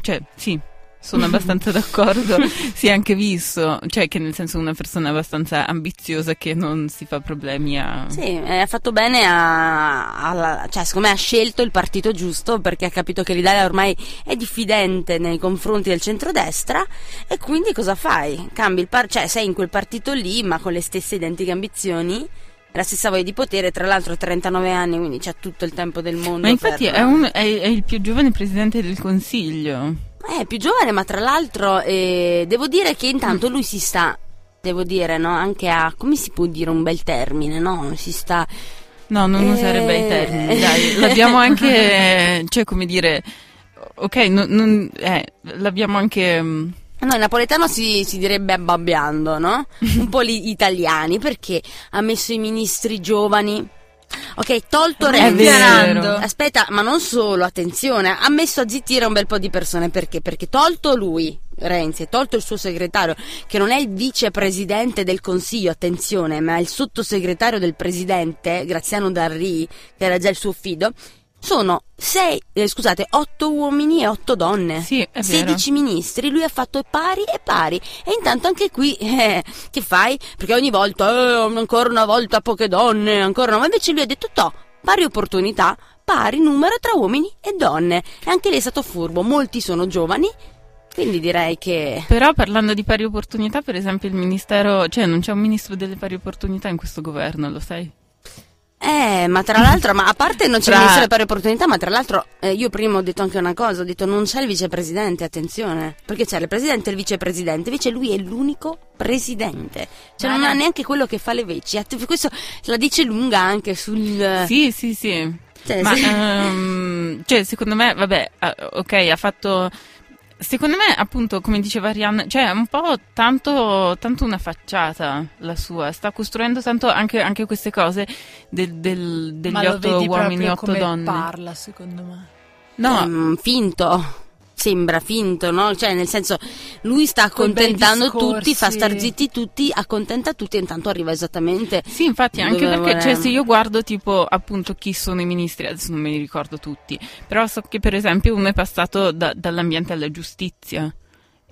Speaker 3: Cioè, sì,
Speaker 1: <laughs>
Speaker 3: sono abbastanza d'accordo. Si è anche visto, cioè, che nel senso una persona abbastanza ambiziosa che non si fa problemi a.
Speaker 1: Sì, eh, ha fatto bene a, alla- cioè, secondo me ha scelto il partito giusto perché ha capito che l'Italia ormai è diffidente nei confronti del centrodestra e quindi cosa fai? Cambi il par- cioè sei in quel partito lì ma con le stesse identiche ambizioni, la stessa voglia di potere, tra l'altro ha 39 anni quindi c'ha tutto il tempo del mondo.
Speaker 3: Ma infatti
Speaker 1: per-
Speaker 3: è, un- è- è il più giovane presidente del consiglio.
Speaker 1: Eh, più giovane ma tra l'altro eh, devo dire che intanto lui si sta, devo dire, no? Anche a, come si può dire un bel termine, no? Si sta...
Speaker 3: No, non
Speaker 1: Eh.
Speaker 3: usare bei termini, dai.
Speaker 1: <laughs>
Speaker 3: L'abbiamo anche, cioè, come dire, ok, non, non- eh, l'abbiamo anche. mm,
Speaker 1: Eh No, il napoletano si, si direbbe abbabbiando,
Speaker 2: <laughs>
Speaker 1: no? Un po' gli italiani, perché ha messo i ministri giovani. Ok, tolto
Speaker 2: È
Speaker 1: Renzi.
Speaker 2: vero.
Speaker 1: Aspetta, ma non solo, attenzione, ha messo a zittire un bel po' di persone, perché? Perché tolto lui, Renzi, e tolto il suo segretario, che non è il vicepresidente del Consiglio, attenzione, ma è il sottosegretario del presidente, Graziano Darri, che era già il suo fido, sono sei, eh, scusate, otto uomini e otto donne.
Speaker 3: Sì, è vero.
Speaker 1: 16 ministri, lui ha fatto pari e pari. E intanto anche qui, eh, che fai? Perché ogni volta, eh, ancora una volta poche donne, ancora una. Ma invece lui ha detto, to, pari opportunità, pari numero tra uomini e donne. E anche lei è stato furbo, molti sono giovani, quindi direi che...
Speaker 3: Però parlando di pari opportunità, per esempio, il ministero, cioè, non c'è un ministro delle pari opportunità in questo governo, lo sai?
Speaker 1: Eh, ma tra l'altro, ma a parte non c'è
Speaker 3: Tra-
Speaker 1: il ministro delle pari opportunità, ma tra l'altro eh, io prima ho detto anche una cosa, ho detto non c'è il vicepresidente, attenzione, perché c'è il presidente e il vicepresidente, invece lui è l'unico presidente, cioè
Speaker 2: Ma
Speaker 1: non ha
Speaker 2: no.
Speaker 1: neanche quello che fa le veci, Att- questo la dice lunga anche sul...
Speaker 3: Sì, sì, sì.
Speaker 2: Eh,
Speaker 1: cioè,
Speaker 3: Ma
Speaker 2: <laughs>
Speaker 1: sì.
Speaker 3: ehm, cioè, secondo me, vabbè, ah, ok, ha fatto. Secondo me, appunto, come diceva Arianna, cioè è un po' tanto, tanto una facciata la sua, sta costruendo tanto anche, anche queste cose del- del- degli
Speaker 2: Ma lo
Speaker 3: otto
Speaker 2: vedi
Speaker 3: uomini e
Speaker 2: proprio
Speaker 3: otto
Speaker 2: come
Speaker 3: donne.
Speaker 2: parla, secondo me.
Speaker 3: no,
Speaker 1: Ehm, finto. Sembra finto, no? Cioè, nel senso, lui sta
Speaker 2: Con dei
Speaker 1: accontentando tutti, fa
Speaker 2: discorsi.
Speaker 1: star zitti tutti, accontenta tutti e intanto arriva esattamente.
Speaker 3: Sì, infatti, anche
Speaker 1: Dove
Speaker 3: perché cioè,
Speaker 1: volevamo.
Speaker 3: se io guardo tipo appunto chi sono i ministri, adesso non me li ricordo tutti, però so che per esempio uno è passato da- dall'ambiente alla giustizia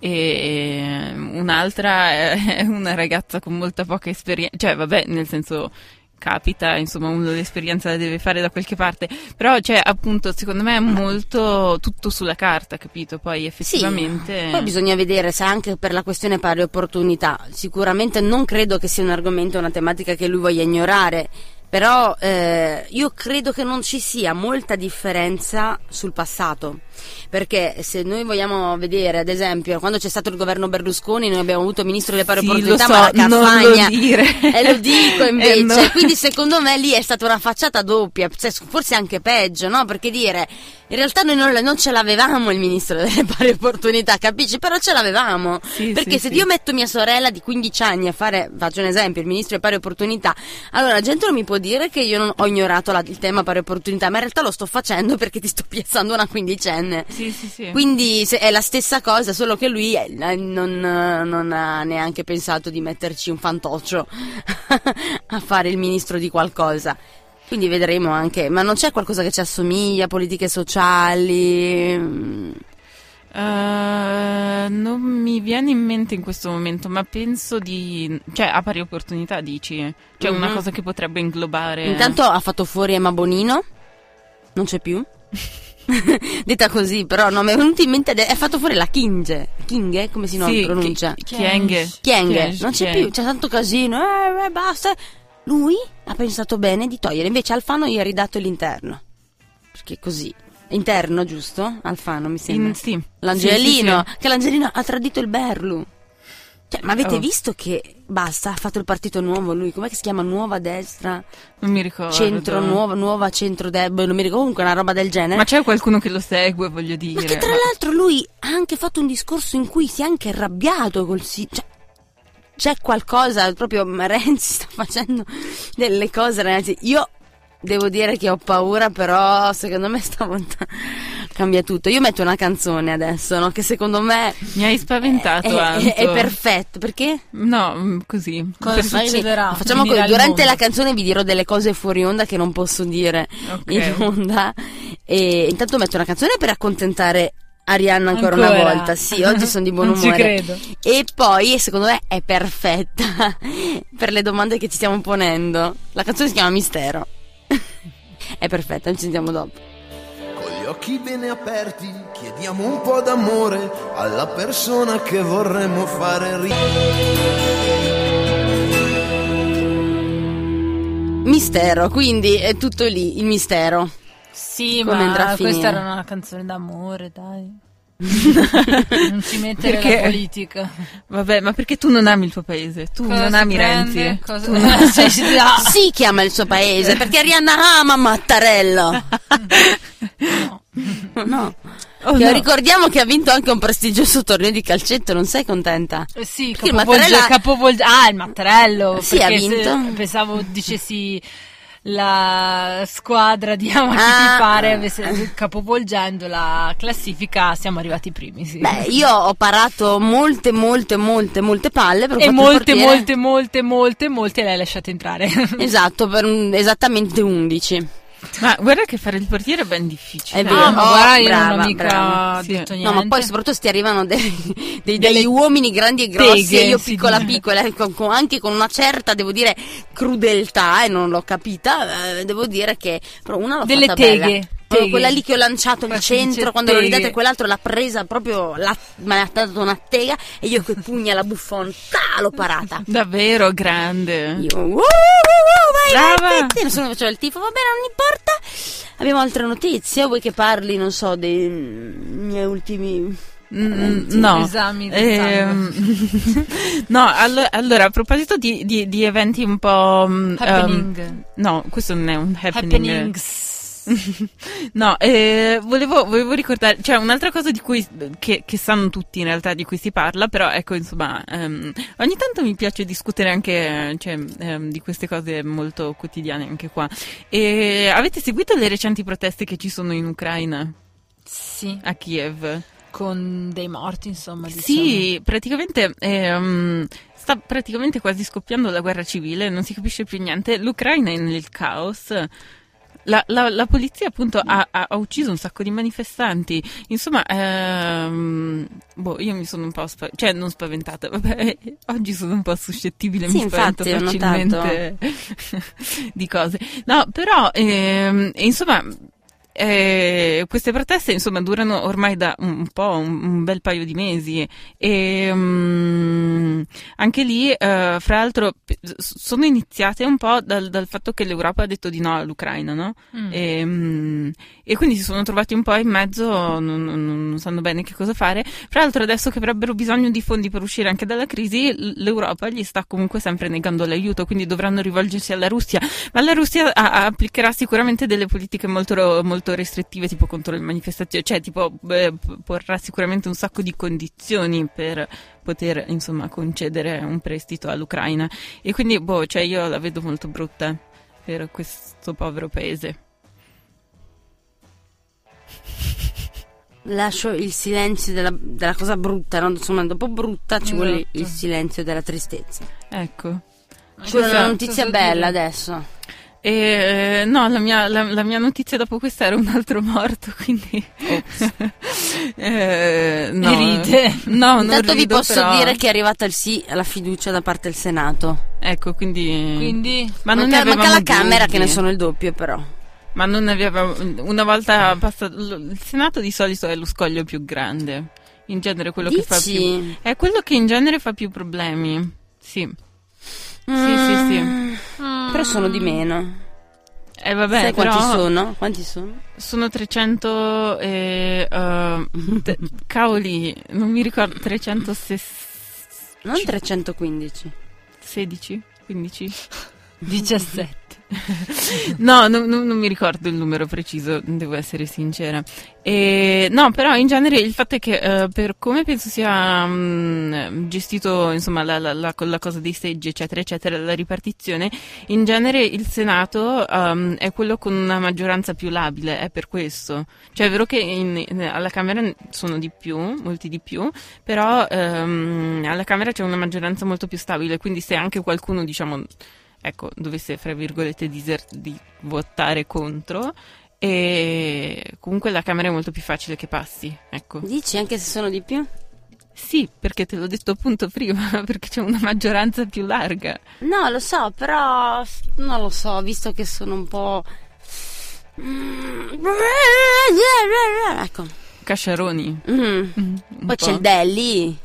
Speaker 3: e ehm, un'altra è una ragazza con molta poca esperienza, cioè vabbè, nel senso capita, insomma, uno l'esperienza la deve fare da qualche parte, però cioè appunto secondo me è molto tutto sulla carta, capito? Poi effettivamente...
Speaker 1: Poi bisogna vedere se anche per la questione pari opportunità. Sicuramente non credo che sia un argomento, una tematica che lui voglia ignorare. Però eh, io credo che non ci sia molta differenza sul passato, perché se noi vogliamo vedere, ad esempio, quando c'è stato il governo Berlusconi, noi abbiamo avuto il ministro delle pari
Speaker 3: Sì, lo
Speaker 1: opportunità,
Speaker 3: so,
Speaker 1: ma
Speaker 3: non lo
Speaker 1: Carfagna, <laughs>
Speaker 3: dire.
Speaker 1: E lo dico
Speaker 3: <laughs> Eh,
Speaker 1: invece, cioè,
Speaker 3: no.
Speaker 1: quindi secondo me lì è stata una facciata doppia, cioè, forse anche peggio, no? Perché dire, in realtà noi non, non ce l'avevamo il ministro delle pari opportunità, capisci? Però ce l'avevamo.
Speaker 3: Sì,
Speaker 1: Perché
Speaker 3: sì,
Speaker 1: se
Speaker 3: sì.
Speaker 1: io metto mia sorella di 15 anni a fare, faccio un esempio, il ministro delle pari opportunità, allora la gente non mi può dire che io non ho ignorato la- il tema pari opportunità, ma in realtà lo sto facendo perché ti sto piazzando una quindicenne.
Speaker 3: Sì, sì, sì.
Speaker 1: Quindi se- è la stessa cosa, solo che lui eh, non, non ha neanche pensato di metterci un fantoccio <laughs> a fare il ministro di qualcosa. Quindi vedremo anche, ma non c'è qualcosa che ci assomiglia, politiche sociali? mm,
Speaker 3: Eh, non mi viene in mente in questo momento, ma penso di. cioè, a pari opportunità dici. Cioè, una
Speaker 1: Mhm.
Speaker 3: cosa che potrebbe inglobare.
Speaker 1: Intanto ha fatto fuori Emma Bonino, non c'è
Speaker 3: <laughs>
Speaker 1: più. <laughs> Detta così, però no, mi è venuto in mente, ade- ha fatto fuori la Kinge, Kinge, come si non
Speaker 3: sì,
Speaker 1: pronuncia?
Speaker 3: Chi- Chieng.
Speaker 1: Chieng, non c'è
Speaker 3: Chieng.
Speaker 1: più, c'è tanto casino, eh, eh, basta. Lui ha pensato bene di togliere, invece Alfano gli ha ridato l'interno. Perché così. Interno, giusto? Alfano, mi sembra.
Speaker 3: In- Mm, sì.
Speaker 1: L'Angelino,
Speaker 3: Sì, sì,
Speaker 1: che l'Angelino ha tradito il Berlu. Cioè, ma avete
Speaker 3: Oh.
Speaker 1: visto che basta, ha fatto il partito nuovo lui, com'è che si chiama? Nuova destra,
Speaker 3: sì. Non mi ricordo.
Speaker 1: centro nuova, nuova centro deb, non mi ricordo, comunque una roba del genere.
Speaker 3: Ma c'è qualcuno che lo segue, voglio
Speaker 1: Ma
Speaker 3: dire.
Speaker 1: che tra
Speaker 3: Ma-
Speaker 1: l'altro lui ha anche fatto un discorso in cui si è anche arrabbiato col sì. Cioè, c'è qualcosa, proprio Renzi sta facendo delle cose, ragazzi. Io devo dire che ho paura, però secondo me stavolta cambia tutto. Io metto una canzone adesso, no? Che secondo me
Speaker 3: Mi hai spaventato,
Speaker 1: è, è, Eh, è
Speaker 3: Anto.
Speaker 1: perfetto. Perché?
Speaker 3: No, mm, così.
Speaker 2: Cosa
Speaker 3: Per-
Speaker 1: Magari-
Speaker 2: succederà?
Speaker 1: Facciamo
Speaker 2: Finirà
Speaker 1: così,
Speaker 2: il
Speaker 1: durante la
Speaker 2: mondo.
Speaker 1: canzone vi dirò delle cose fuori onda che non posso dire <laughs>
Speaker 3: <laughs> ok.
Speaker 1: in onda. E intanto metto una canzone per accontentare Arianna ancora, una
Speaker 2: Ancora?
Speaker 1: volta. Sì, oggi sono di buon
Speaker 2: <laughs> Non ci
Speaker 1: umore.
Speaker 2: credo.
Speaker 1: E poi, secondo me, è perfetta <laughs> per le domande che ci stiamo ponendo. La canzone si chiama Mistero. <laughs> è perfetta, ci sentiamo dopo.
Speaker 5: Con gli occhi bene aperti chiediamo un po' d'amore alla persona che vorremmo fare ridere.
Speaker 1: Mistero, quindi è tutto lì, il mistero.
Speaker 2: Sì,
Speaker 1: Come andrà
Speaker 2: ma
Speaker 1: a
Speaker 2: questa
Speaker 1: finire?
Speaker 2: era una canzone
Speaker 1: <laughs>
Speaker 2: d'amore, dai. non ci mettere
Speaker 3: Perché?
Speaker 2: la politica.
Speaker 3: Vabbè, ma perché tu non ami il tuo paese? Tu
Speaker 2: Cosa
Speaker 3: non
Speaker 2: si
Speaker 3: ami
Speaker 2: prende?
Speaker 3: Renzi?
Speaker 1: <laughs>
Speaker 2: Cosa- <laughs>
Speaker 3: Tu non-
Speaker 2: Cioè, ci- ah,
Speaker 1: Si chiama il suo paese perché Arianna ama Mattarella.
Speaker 2: <laughs>
Speaker 1: No.
Speaker 3: Oh,
Speaker 1: Che
Speaker 3: no.
Speaker 1: Ricordiamo che ha vinto anche un prestigioso torneo di calcetto, non sei contenta?
Speaker 2: eh Sì,
Speaker 1: Perché il
Speaker 2: capovolge,
Speaker 1: Mattarella-
Speaker 2: capovolge- ah, il Mattarello.
Speaker 1: Sì,
Speaker 2: perché
Speaker 1: ha vinto.
Speaker 2: se- pensavo dicessi la squadra di Amati
Speaker 1: Ah.
Speaker 2: di Pare, avesse- capovolgendo la classifica, siamo arrivati primi. Sì.
Speaker 1: Beh, io ho parato molte, molte, molte, molte palle. Però ho
Speaker 2: e
Speaker 1: fatto il
Speaker 2: molte,
Speaker 1: portiere.
Speaker 2: molte, molte, molte, molte le hai lasciate entrare.
Speaker 1: Esatto, per un- esattamente 11.
Speaker 3: <laughs> Ma guarda che fare il portiere è ben difficile.
Speaker 1: È vero.
Speaker 2: Ah, <laughs> ma
Speaker 1: Oh,
Speaker 2: guarda, io non
Speaker 1: brava,
Speaker 2: ho mica
Speaker 1: brava.
Speaker 3: Sì.
Speaker 2: detto niente.
Speaker 1: No, ma poi soprattutto ti arrivano dei, dei-
Speaker 2: Delle
Speaker 1: degli uomini grandi e grossi
Speaker 2: peghe,
Speaker 1: e io
Speaker 2: sì.
Speaker 1: piccola piccola, e con- con- anche con una certa, devo dire, crudeltà, e non l'ho capita, eh, devo dire che però una l'ho
Speaker 2: Delle
Speaker 1: fatta
Speaker 2: teghe,
Speaker 1: bella.
Speaker 2: teghe.
Speaker 1: Quella lì che ho lanciato al
Speaker 2: Qua si dice
Speaker 1: centro, quando l'ho
Speaker 2: teghe.
Speaker 1: ridata e quell'altro l'ha presa proprio, l'ha- me l'ha dato una tega e io coi pugni alla buffon, ta, l'ho parata.
Speaker 3: Davvero grande.
Speaker 1: Io, "Uh, uh, uh, vai, vai,
Speaker 3: Mm. Brava.
Speaker 1: vai, nessuno faceva il tifo, va bene, non importa. Abbiamo altre notizie, o vuoi che parli, non so, dei mm, miei ultimi...
Speaker 3: Mm, no.
Speaker 2: Esami del
Speaker 3: Ehm, <laughs> no, allo- allora a proposito di, di- di eventi un po'. mm,
Speaker 2: Happening.
Speaker 3: ehm, no, questo non è un happening.
Speaker 2: Happenings.
Speaker 3: No, eh, volevo, volevo ricordare, cioè un'altra cosa di cui, che, che sanno tutti in realtà di cui si parla, però ecco insomma, ehm, ogni tanto mi piace discutere anche eh, cioè, ehm, di queste cose molto quotidiane anche qua. E avete seguito le recenti proteste che ci sono in Ucraina,
Speaker 2: Sì,
Speaker 3: a Kiev?
Speaker 2: con dei morti, insomma. diciamo.
Speaker 3: Sì, praticamente ehm, sta praticamente quasi scoppiando la guerra civile, non si capisce più niente. L'Ucraina è nel caos. La, la- la polizia appunto ha, ha- ha ucciso un sacco di manifestanti. Insomma, ehm, boh, io mi sono un po' spaventata, cioè non spaventata, vabbè, <laughs> oggi sono un po' suscettibile,
Speaker 1: Sì,
Speaker 3: mi spavento
Speaker 1: infatti, ho
Speaker 3: facilmente <laughs> di cose. No, però ehm, insomma eh, queste proteste insomma durano ormai da un un po', un, un bel paio di mesi e mm, anche lì eh, fra l'altro p- s- sono iniziate un po' dal, dal fatto che l'Europa ha detto di no all'Ucraina no?
Speaker 2: Mm.
Speaker 3: E, mm, e quindi si sono trovati un po' in mezzo, non, non- non sanno bene che cosa fare. Fra l'altro, adesso che avrebbero bisogno di fondi per uscire anche dalla crisi, l- l'Europa gli sta comunque sempre negando l'aiuto, quindi dovranno rivolgersi alla Russia. Ma la Russia a- applicherà sicuramente delle politiche molto, molto restrittive, tipo contro le manifestazioni, cioè tipo beh, p- porrà sicuramente un sacco di condizioni per poter insomma concedere un prestito all'Ucraina. E quindi, boh, cioè io la vedo molto brutta per questo povero paese.
Speaker 1: Lascio il silenzio della, della cosa brutta, no? insomma, dopo brutta ci vuole
Speaker 2: Esatto.
Speaker 1: il silenzio della tristezza.
Speaker 3: Ecco.
Speaker 1: C'è una
Speaker 3: Cosa-
Speaker 1: notizia
Speaker 2: cosa
Speaker 1: bella
Speaker 2: dire?
Speaker 1: adesso.
Speaker 3: E, eh, no, la mia, la- la mia notizia dopo questa era un altro morto, <laughs> quindi... <laughs> Eh, no.
Speaker 2: Ride.
Speaker 3: No, non
Speaker 1: Intanto vi
Speaker 3: rido,
Speaker 1: posso
Speaker 3: però-
Speaker 1: dire che è arrivata il sì alla fiducia da parte del Senato.
Speaker 3: Ecco, quindi...
Speaker 2: Quindi...
Speaker 3: Ma non
Speaker 1: manca,
Speaker 3: ne
Speaker 1: manca
Speaker 3: avevamo
Speaker 1: la Camera
Speaker 3: dubbi.
Speaker 1: che ne sono il doppio però.
Speaker 3: Ma non ne avevamo... Una volta passato... l- Il Senato di solito è lo scoglio più grande. In genere quello che fa più...
Speaker 1: Dici?
Speaker 3: È quello che in genere fa più problemi. Sì. Sì, sì, sì.
Speaker 1: Mm, Però sono di meno.
Speaker 3: E Eh, vabbè,
Speaker 1: Sai
Speaker 3: però...
Speaker 1: quanti sono? Quanti sono?
Speaker 3: Sono 300 e... eh, te- cavoli, non mi ricordo, 316,
Speaker 1: Non 315.
Speaker 3: 15?
Speaker 2: 17.
Speaker 3: No, non, non- non mi ricordo il numero preciso, devo essere sincera. E, no, però in genere il fatto è che eh, per come penso sia mm, gestito insomma, la, la- la- la cosa dei seggi, eccetera, eccetera, la ripartizione, in genere il Senato ehm, è quello con una maggioranza più labile, è per questo. Cioè è vero che in- in- alla Camera sono di più, molti di più, però ehm, alla Camera c'è una maggioranza molto più stabile, quindi se anche qualcuno, diciamo, ecco, dovesse, fra virgolette, diser- di votare contro, e comunque la Camera è molto più facile che passi, ecco.
Speaker 1: Dici anche se sono di più?
Speaker 3: Sì, perché te l'ho detto appunto prima, <laughs> perché c'è una maggioranza più larga.
Speaker 1: No, lo so, però non lo so, visto che sono un po'... Mm. Ecco.
Speaker 3: Casciaroni.
Speaker 1: Mm.
Speaker 3: un
Speaker 1: Poi c'è
Speaker 3: po'.
Speaker 1: il Delli.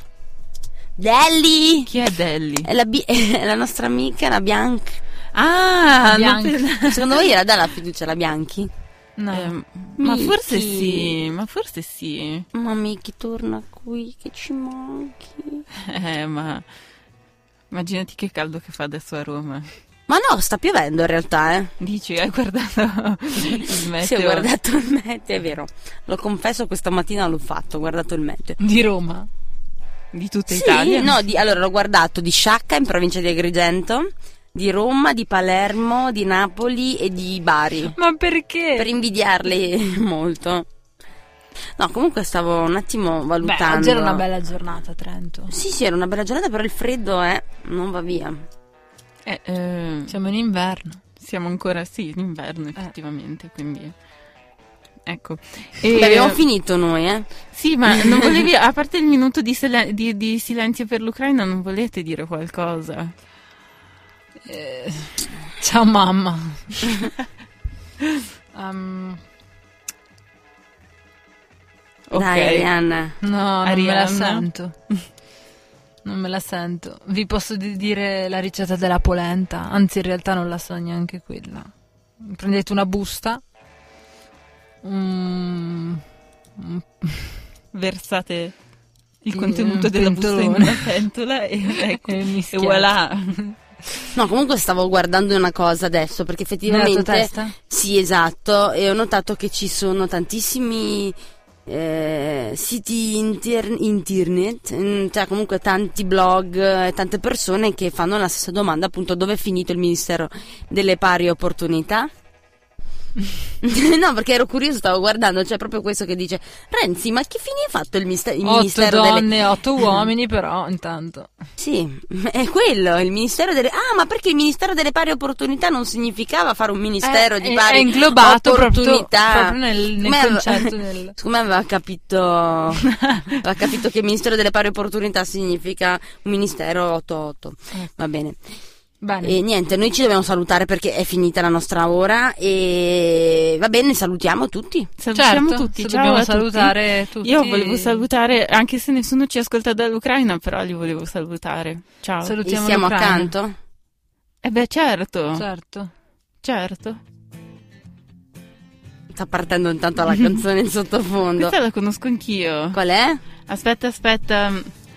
Speaker 1: Delli!
Speaker 3: Chi è Delli?
Speaker 1: È la, bi- <laughs> è la nostra amica, la Bianchi.
Speaker 3: Ah, non
Speaker 1: <laughs>
Speaker 2: Bianca.
Speaker 3: pe-
Speaker 1: Secondo voi era dà la fiducia alla Bianchi?
Speaker 2: No.
Speaker 3: Ehm, ma
Speaker 1: Miki.
Speaker 3: forse sì, ma forse sì.
Speaker 1: Mamma chi torna qui, che ci manchi.
Speaker 3: Eh, ma immaginati che caldo che fa adesso a Roma.
Speaker 1: Ma no, sta piovendo in realtà, eh.
Speaker 3: Dici,
Speaker 1: <laughs>
Speaker 3: hai guardato il meteo?
Speaker 1: Sì, ho guardato il meteo, è vero. Lo confesso, questa mattina l'ho fatto, ho guardato il meteo.
Speaker 2: Di Roma.
Speaker 3: Di tutta
Speaker 1: Sì,
Speaker 3: Italia?
Speaker 1: no, di- allora l'ho guardato di Sciacca in provincia di Agrigento, di Roma, di Palermo, di Napoli e di Bari.
Speaker 2: Ma perché?
Speaker 1: Per invidiarli <laughs> molto. No, comunque stavo un attimo
Speaker 2: Beh,
Speaker 1: valutando.
Speaker 2: oggi era una bella giornata a Trento.
Speaker 1: Sì, sì, era una bella giornata, però il freddo eh, non va via.
Speaker 3: Eh, eh,
Speaker 2: Siamo in inverno.
Speaker 3: siamo ancora, sì, in
Speaker 1: Eh.
Speaker 3: inverno effettivamente, quindi... Ecco.
Speaker 1: Beh,
Speaker 3: E-
Speaker 1: abbiamo finito noi, eh.
Speaker 3: Sì, ma
Speaker 1: <laughs>
Speaker 3: non volevi, a parte il minuto di, sele- di- di silenzio per l'Ucraina, non volete dire qualcosa?
Speaker 2: Ciao mamma. Ehm,
Speaker 3: Ok.
Speaker 1: Dai, Arianna.
Speaker 2: no, non me
Speaker 3: Arianna?
Speaker 2: la sento. <laughs> Non me la sento. Vi posso di- dire la ricetta della polenta, anzi in realtà non la so neanche quella. Prendete una busta, Mm, un- un
Speaker 3: Versate il
Speaker 2: Sì,
Speaker 3: contenuto
Speaker 2: un
Speaker 3: della busta in
Speaker 2: pentolone.
Speaker 3: una pentola e, ecco,
Speaker 2: E
Speaker 3: e
Speaker 2: mischiate.
Speaker 3: voilà.
Speaker 1: No, comunque stavo guardando una cosa adesso, perché
Speaker 2: nella tua
Speaker 1: effettivamente...
Speaker 2: testa?
Speaker 1: Sì, esatto, e ho notato che ci sono tantissimi eh, siti inter- internet, mm, cioè comunque tanti blog e tante persone che fanno la stessa domanda, appunto, dove è finito il Ministero delle Pari Opportunità? <laughs> no, perché ero curioso, stavo guardando, c'è proprio questo che dice Renzi, ma che fine ha fatto il, miste- il
Speaker 2: Otto
Speaker 1: Ministero
Speaker 2: donne,
Speaker 1: delle... <laughs>
Speaker 2: otto uomini però intanto.
Speaker 1: Sì, <laughs> è quello, il Ministero delle... Ah, ma perché il Ministero delle Pari Opportunità non significava fare un Ministero
Speaker 2: Eh,
Speaker 1: di
Speaker 2: è-
Speaker 1: Pari
Speaker 2: è inglobato proprio,
Speaker 1: Opportunità?
Speaker 2: proprio nel, nel
Speaker 1: Come aveva- <laughs>
Speaker 2: concetto del...
Speaker 1: Secondo me aveva
Speaker 2: <laughs>
Speaker 1: capito, aveva capito che Ministero delle Pari Opportunità significa un Ministero 88.
Speaker 2: Ecco,
Speaker 1: Va bene.
Speaker 2: Bene.
Speaker 1: E niente, noi ci dobbiamo salutare perché è finita la nostra ora e va bene, salutiamo tutti.
Speaker 3: Salutiamo
Speaker 2: Certo,
Speaker 3: tutti.
Speaker 2: se
Speaker 3: ciao
Speaker 2: dobbiamo
Speaker 3: a tutti.
Speaker 2: salutare tutti.
Speaker 3: Io volevo salutare, anche se nessuno ci ascolta dall'Ucraina, però li volevo salutare. Ciao.
Speaker 1: Ci
Speaker 2: Salutiamo
Speaker 1: siamo
Speaker 2: l'Ucraina.
Speaker 1: accanto.
Speaker 3: eh beh, certo,
Speaker 2: Certo.
Speaker 3: certo.
Speaker 1: Sta partendo intanto
Speaker 2: <laughs>
Speaker 1: la canzone in sottofondo.
Speaker 3: Questa la conosco anch'io.
Speaker 1: Qual è?
Speaker 3: Aspetta, aspetta.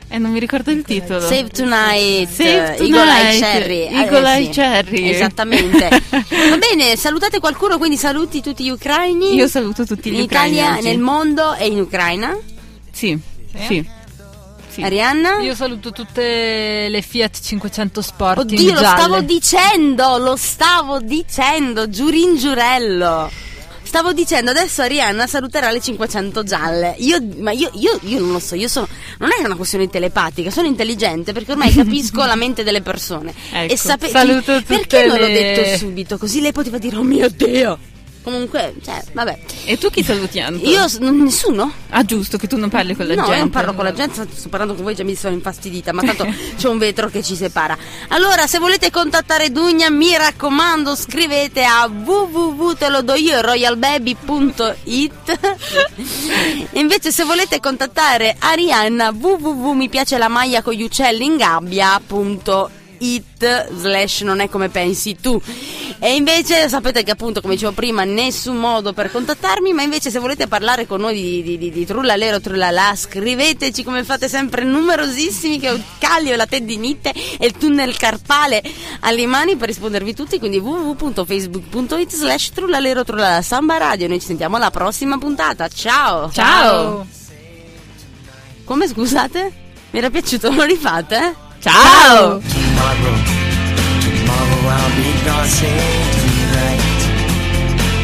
Speaker 3: Eh, non mi ricordo il titolo.
Speaker 1: Save Tonight, eh,
Speaker 3: Save
Speaker 1: Eagle Eye
Speaker 3: Tonight,
Speaker 1: Cherry. Eh,
Speaker 3: Eagle Eye
Speaker 1: sì.
Speaker 3: Cherry.
Speaker 1: Esattamente.
Speaker 3: <laughs>
Speaker 1: Va bene, salutate qualcuno, quindi saluti tutti gli ucraini.
Speaker 3: Io saluto tutti gli
Speaker 1: in Italia,
Speaker 3: ucraini oggi.
Speaker 1: nel mondo e in Ucraina.
Speaker 3: Sì, sì. Sì.
Speaker 1: Arianna?
Speaker 2: Io saluto tutte le Fiat 500 Sport in
Speaker 1: Oddio, lo
Speaker 2: gialle.
Speaker 1: stavo dicendo, lo stavo dicendo, giurin giurello. Stavo dicendo adesso Arianna saluterà le 500 gialle. Io, ma io, io, io non lo so, io sono. Non è una questione telepatica, sono intelligente perché
Speaker 2: <laughs>
Speaker 1: ormai capisco la mente delle persone.
Speaker 3: Ecco,
Speaker 1: e sape-
Speaker 2: saluto tutte
Speaker 1: Perché non l'ho
Speaker 2: le-
Speaker 1: detto subito? Così lei poteva dire, oh mio dio! Comunque, cioè, vabbè.
Speaker 3: E tu chi saluti
Speaker 2: Ecco.
Speaker 3: Anto?
Speaker 1: Io, s- n- nessuno?
Speaker 3: Ah, giusto, che tu non parli con la
Speaker 1: no,
Speaker 3: gente.
Speaker 1: io non parlo con la gente, sto parlando con voi, già mi sono infastidita, ma tanto <laughs> c'è un vetro che ci separa. Allora, se volete contattare Dugna, mi raccomando, scrivete a www.telodoio royalbaby.it E <laughs> Invece se volete contattare Arianna, www mi piace la maglia con gli uccelli in gabbia.it slash non è come pensi tu e invece sapete che appunto come dicevo prima nessun modo per contattarmi ma invece se volete parlare con noi di, di, di, di trullalero trullalà scriveteci come fate sempre numerosissimi che ho il caglio la tendinite e il tunnel carpale alle mani per rispondervi tutti quindi www.facebook.it slash trullalero trullalà samba radio noi ci sentiamo alla prossima puntata ciao
Speaker 3: Ciao!
Speaker 1: come scusate? mi era piaciuto lo rifate?
Speaker 3: Ciao!
Speaker 6: tomorrow. Tomorrow I'll be dancing.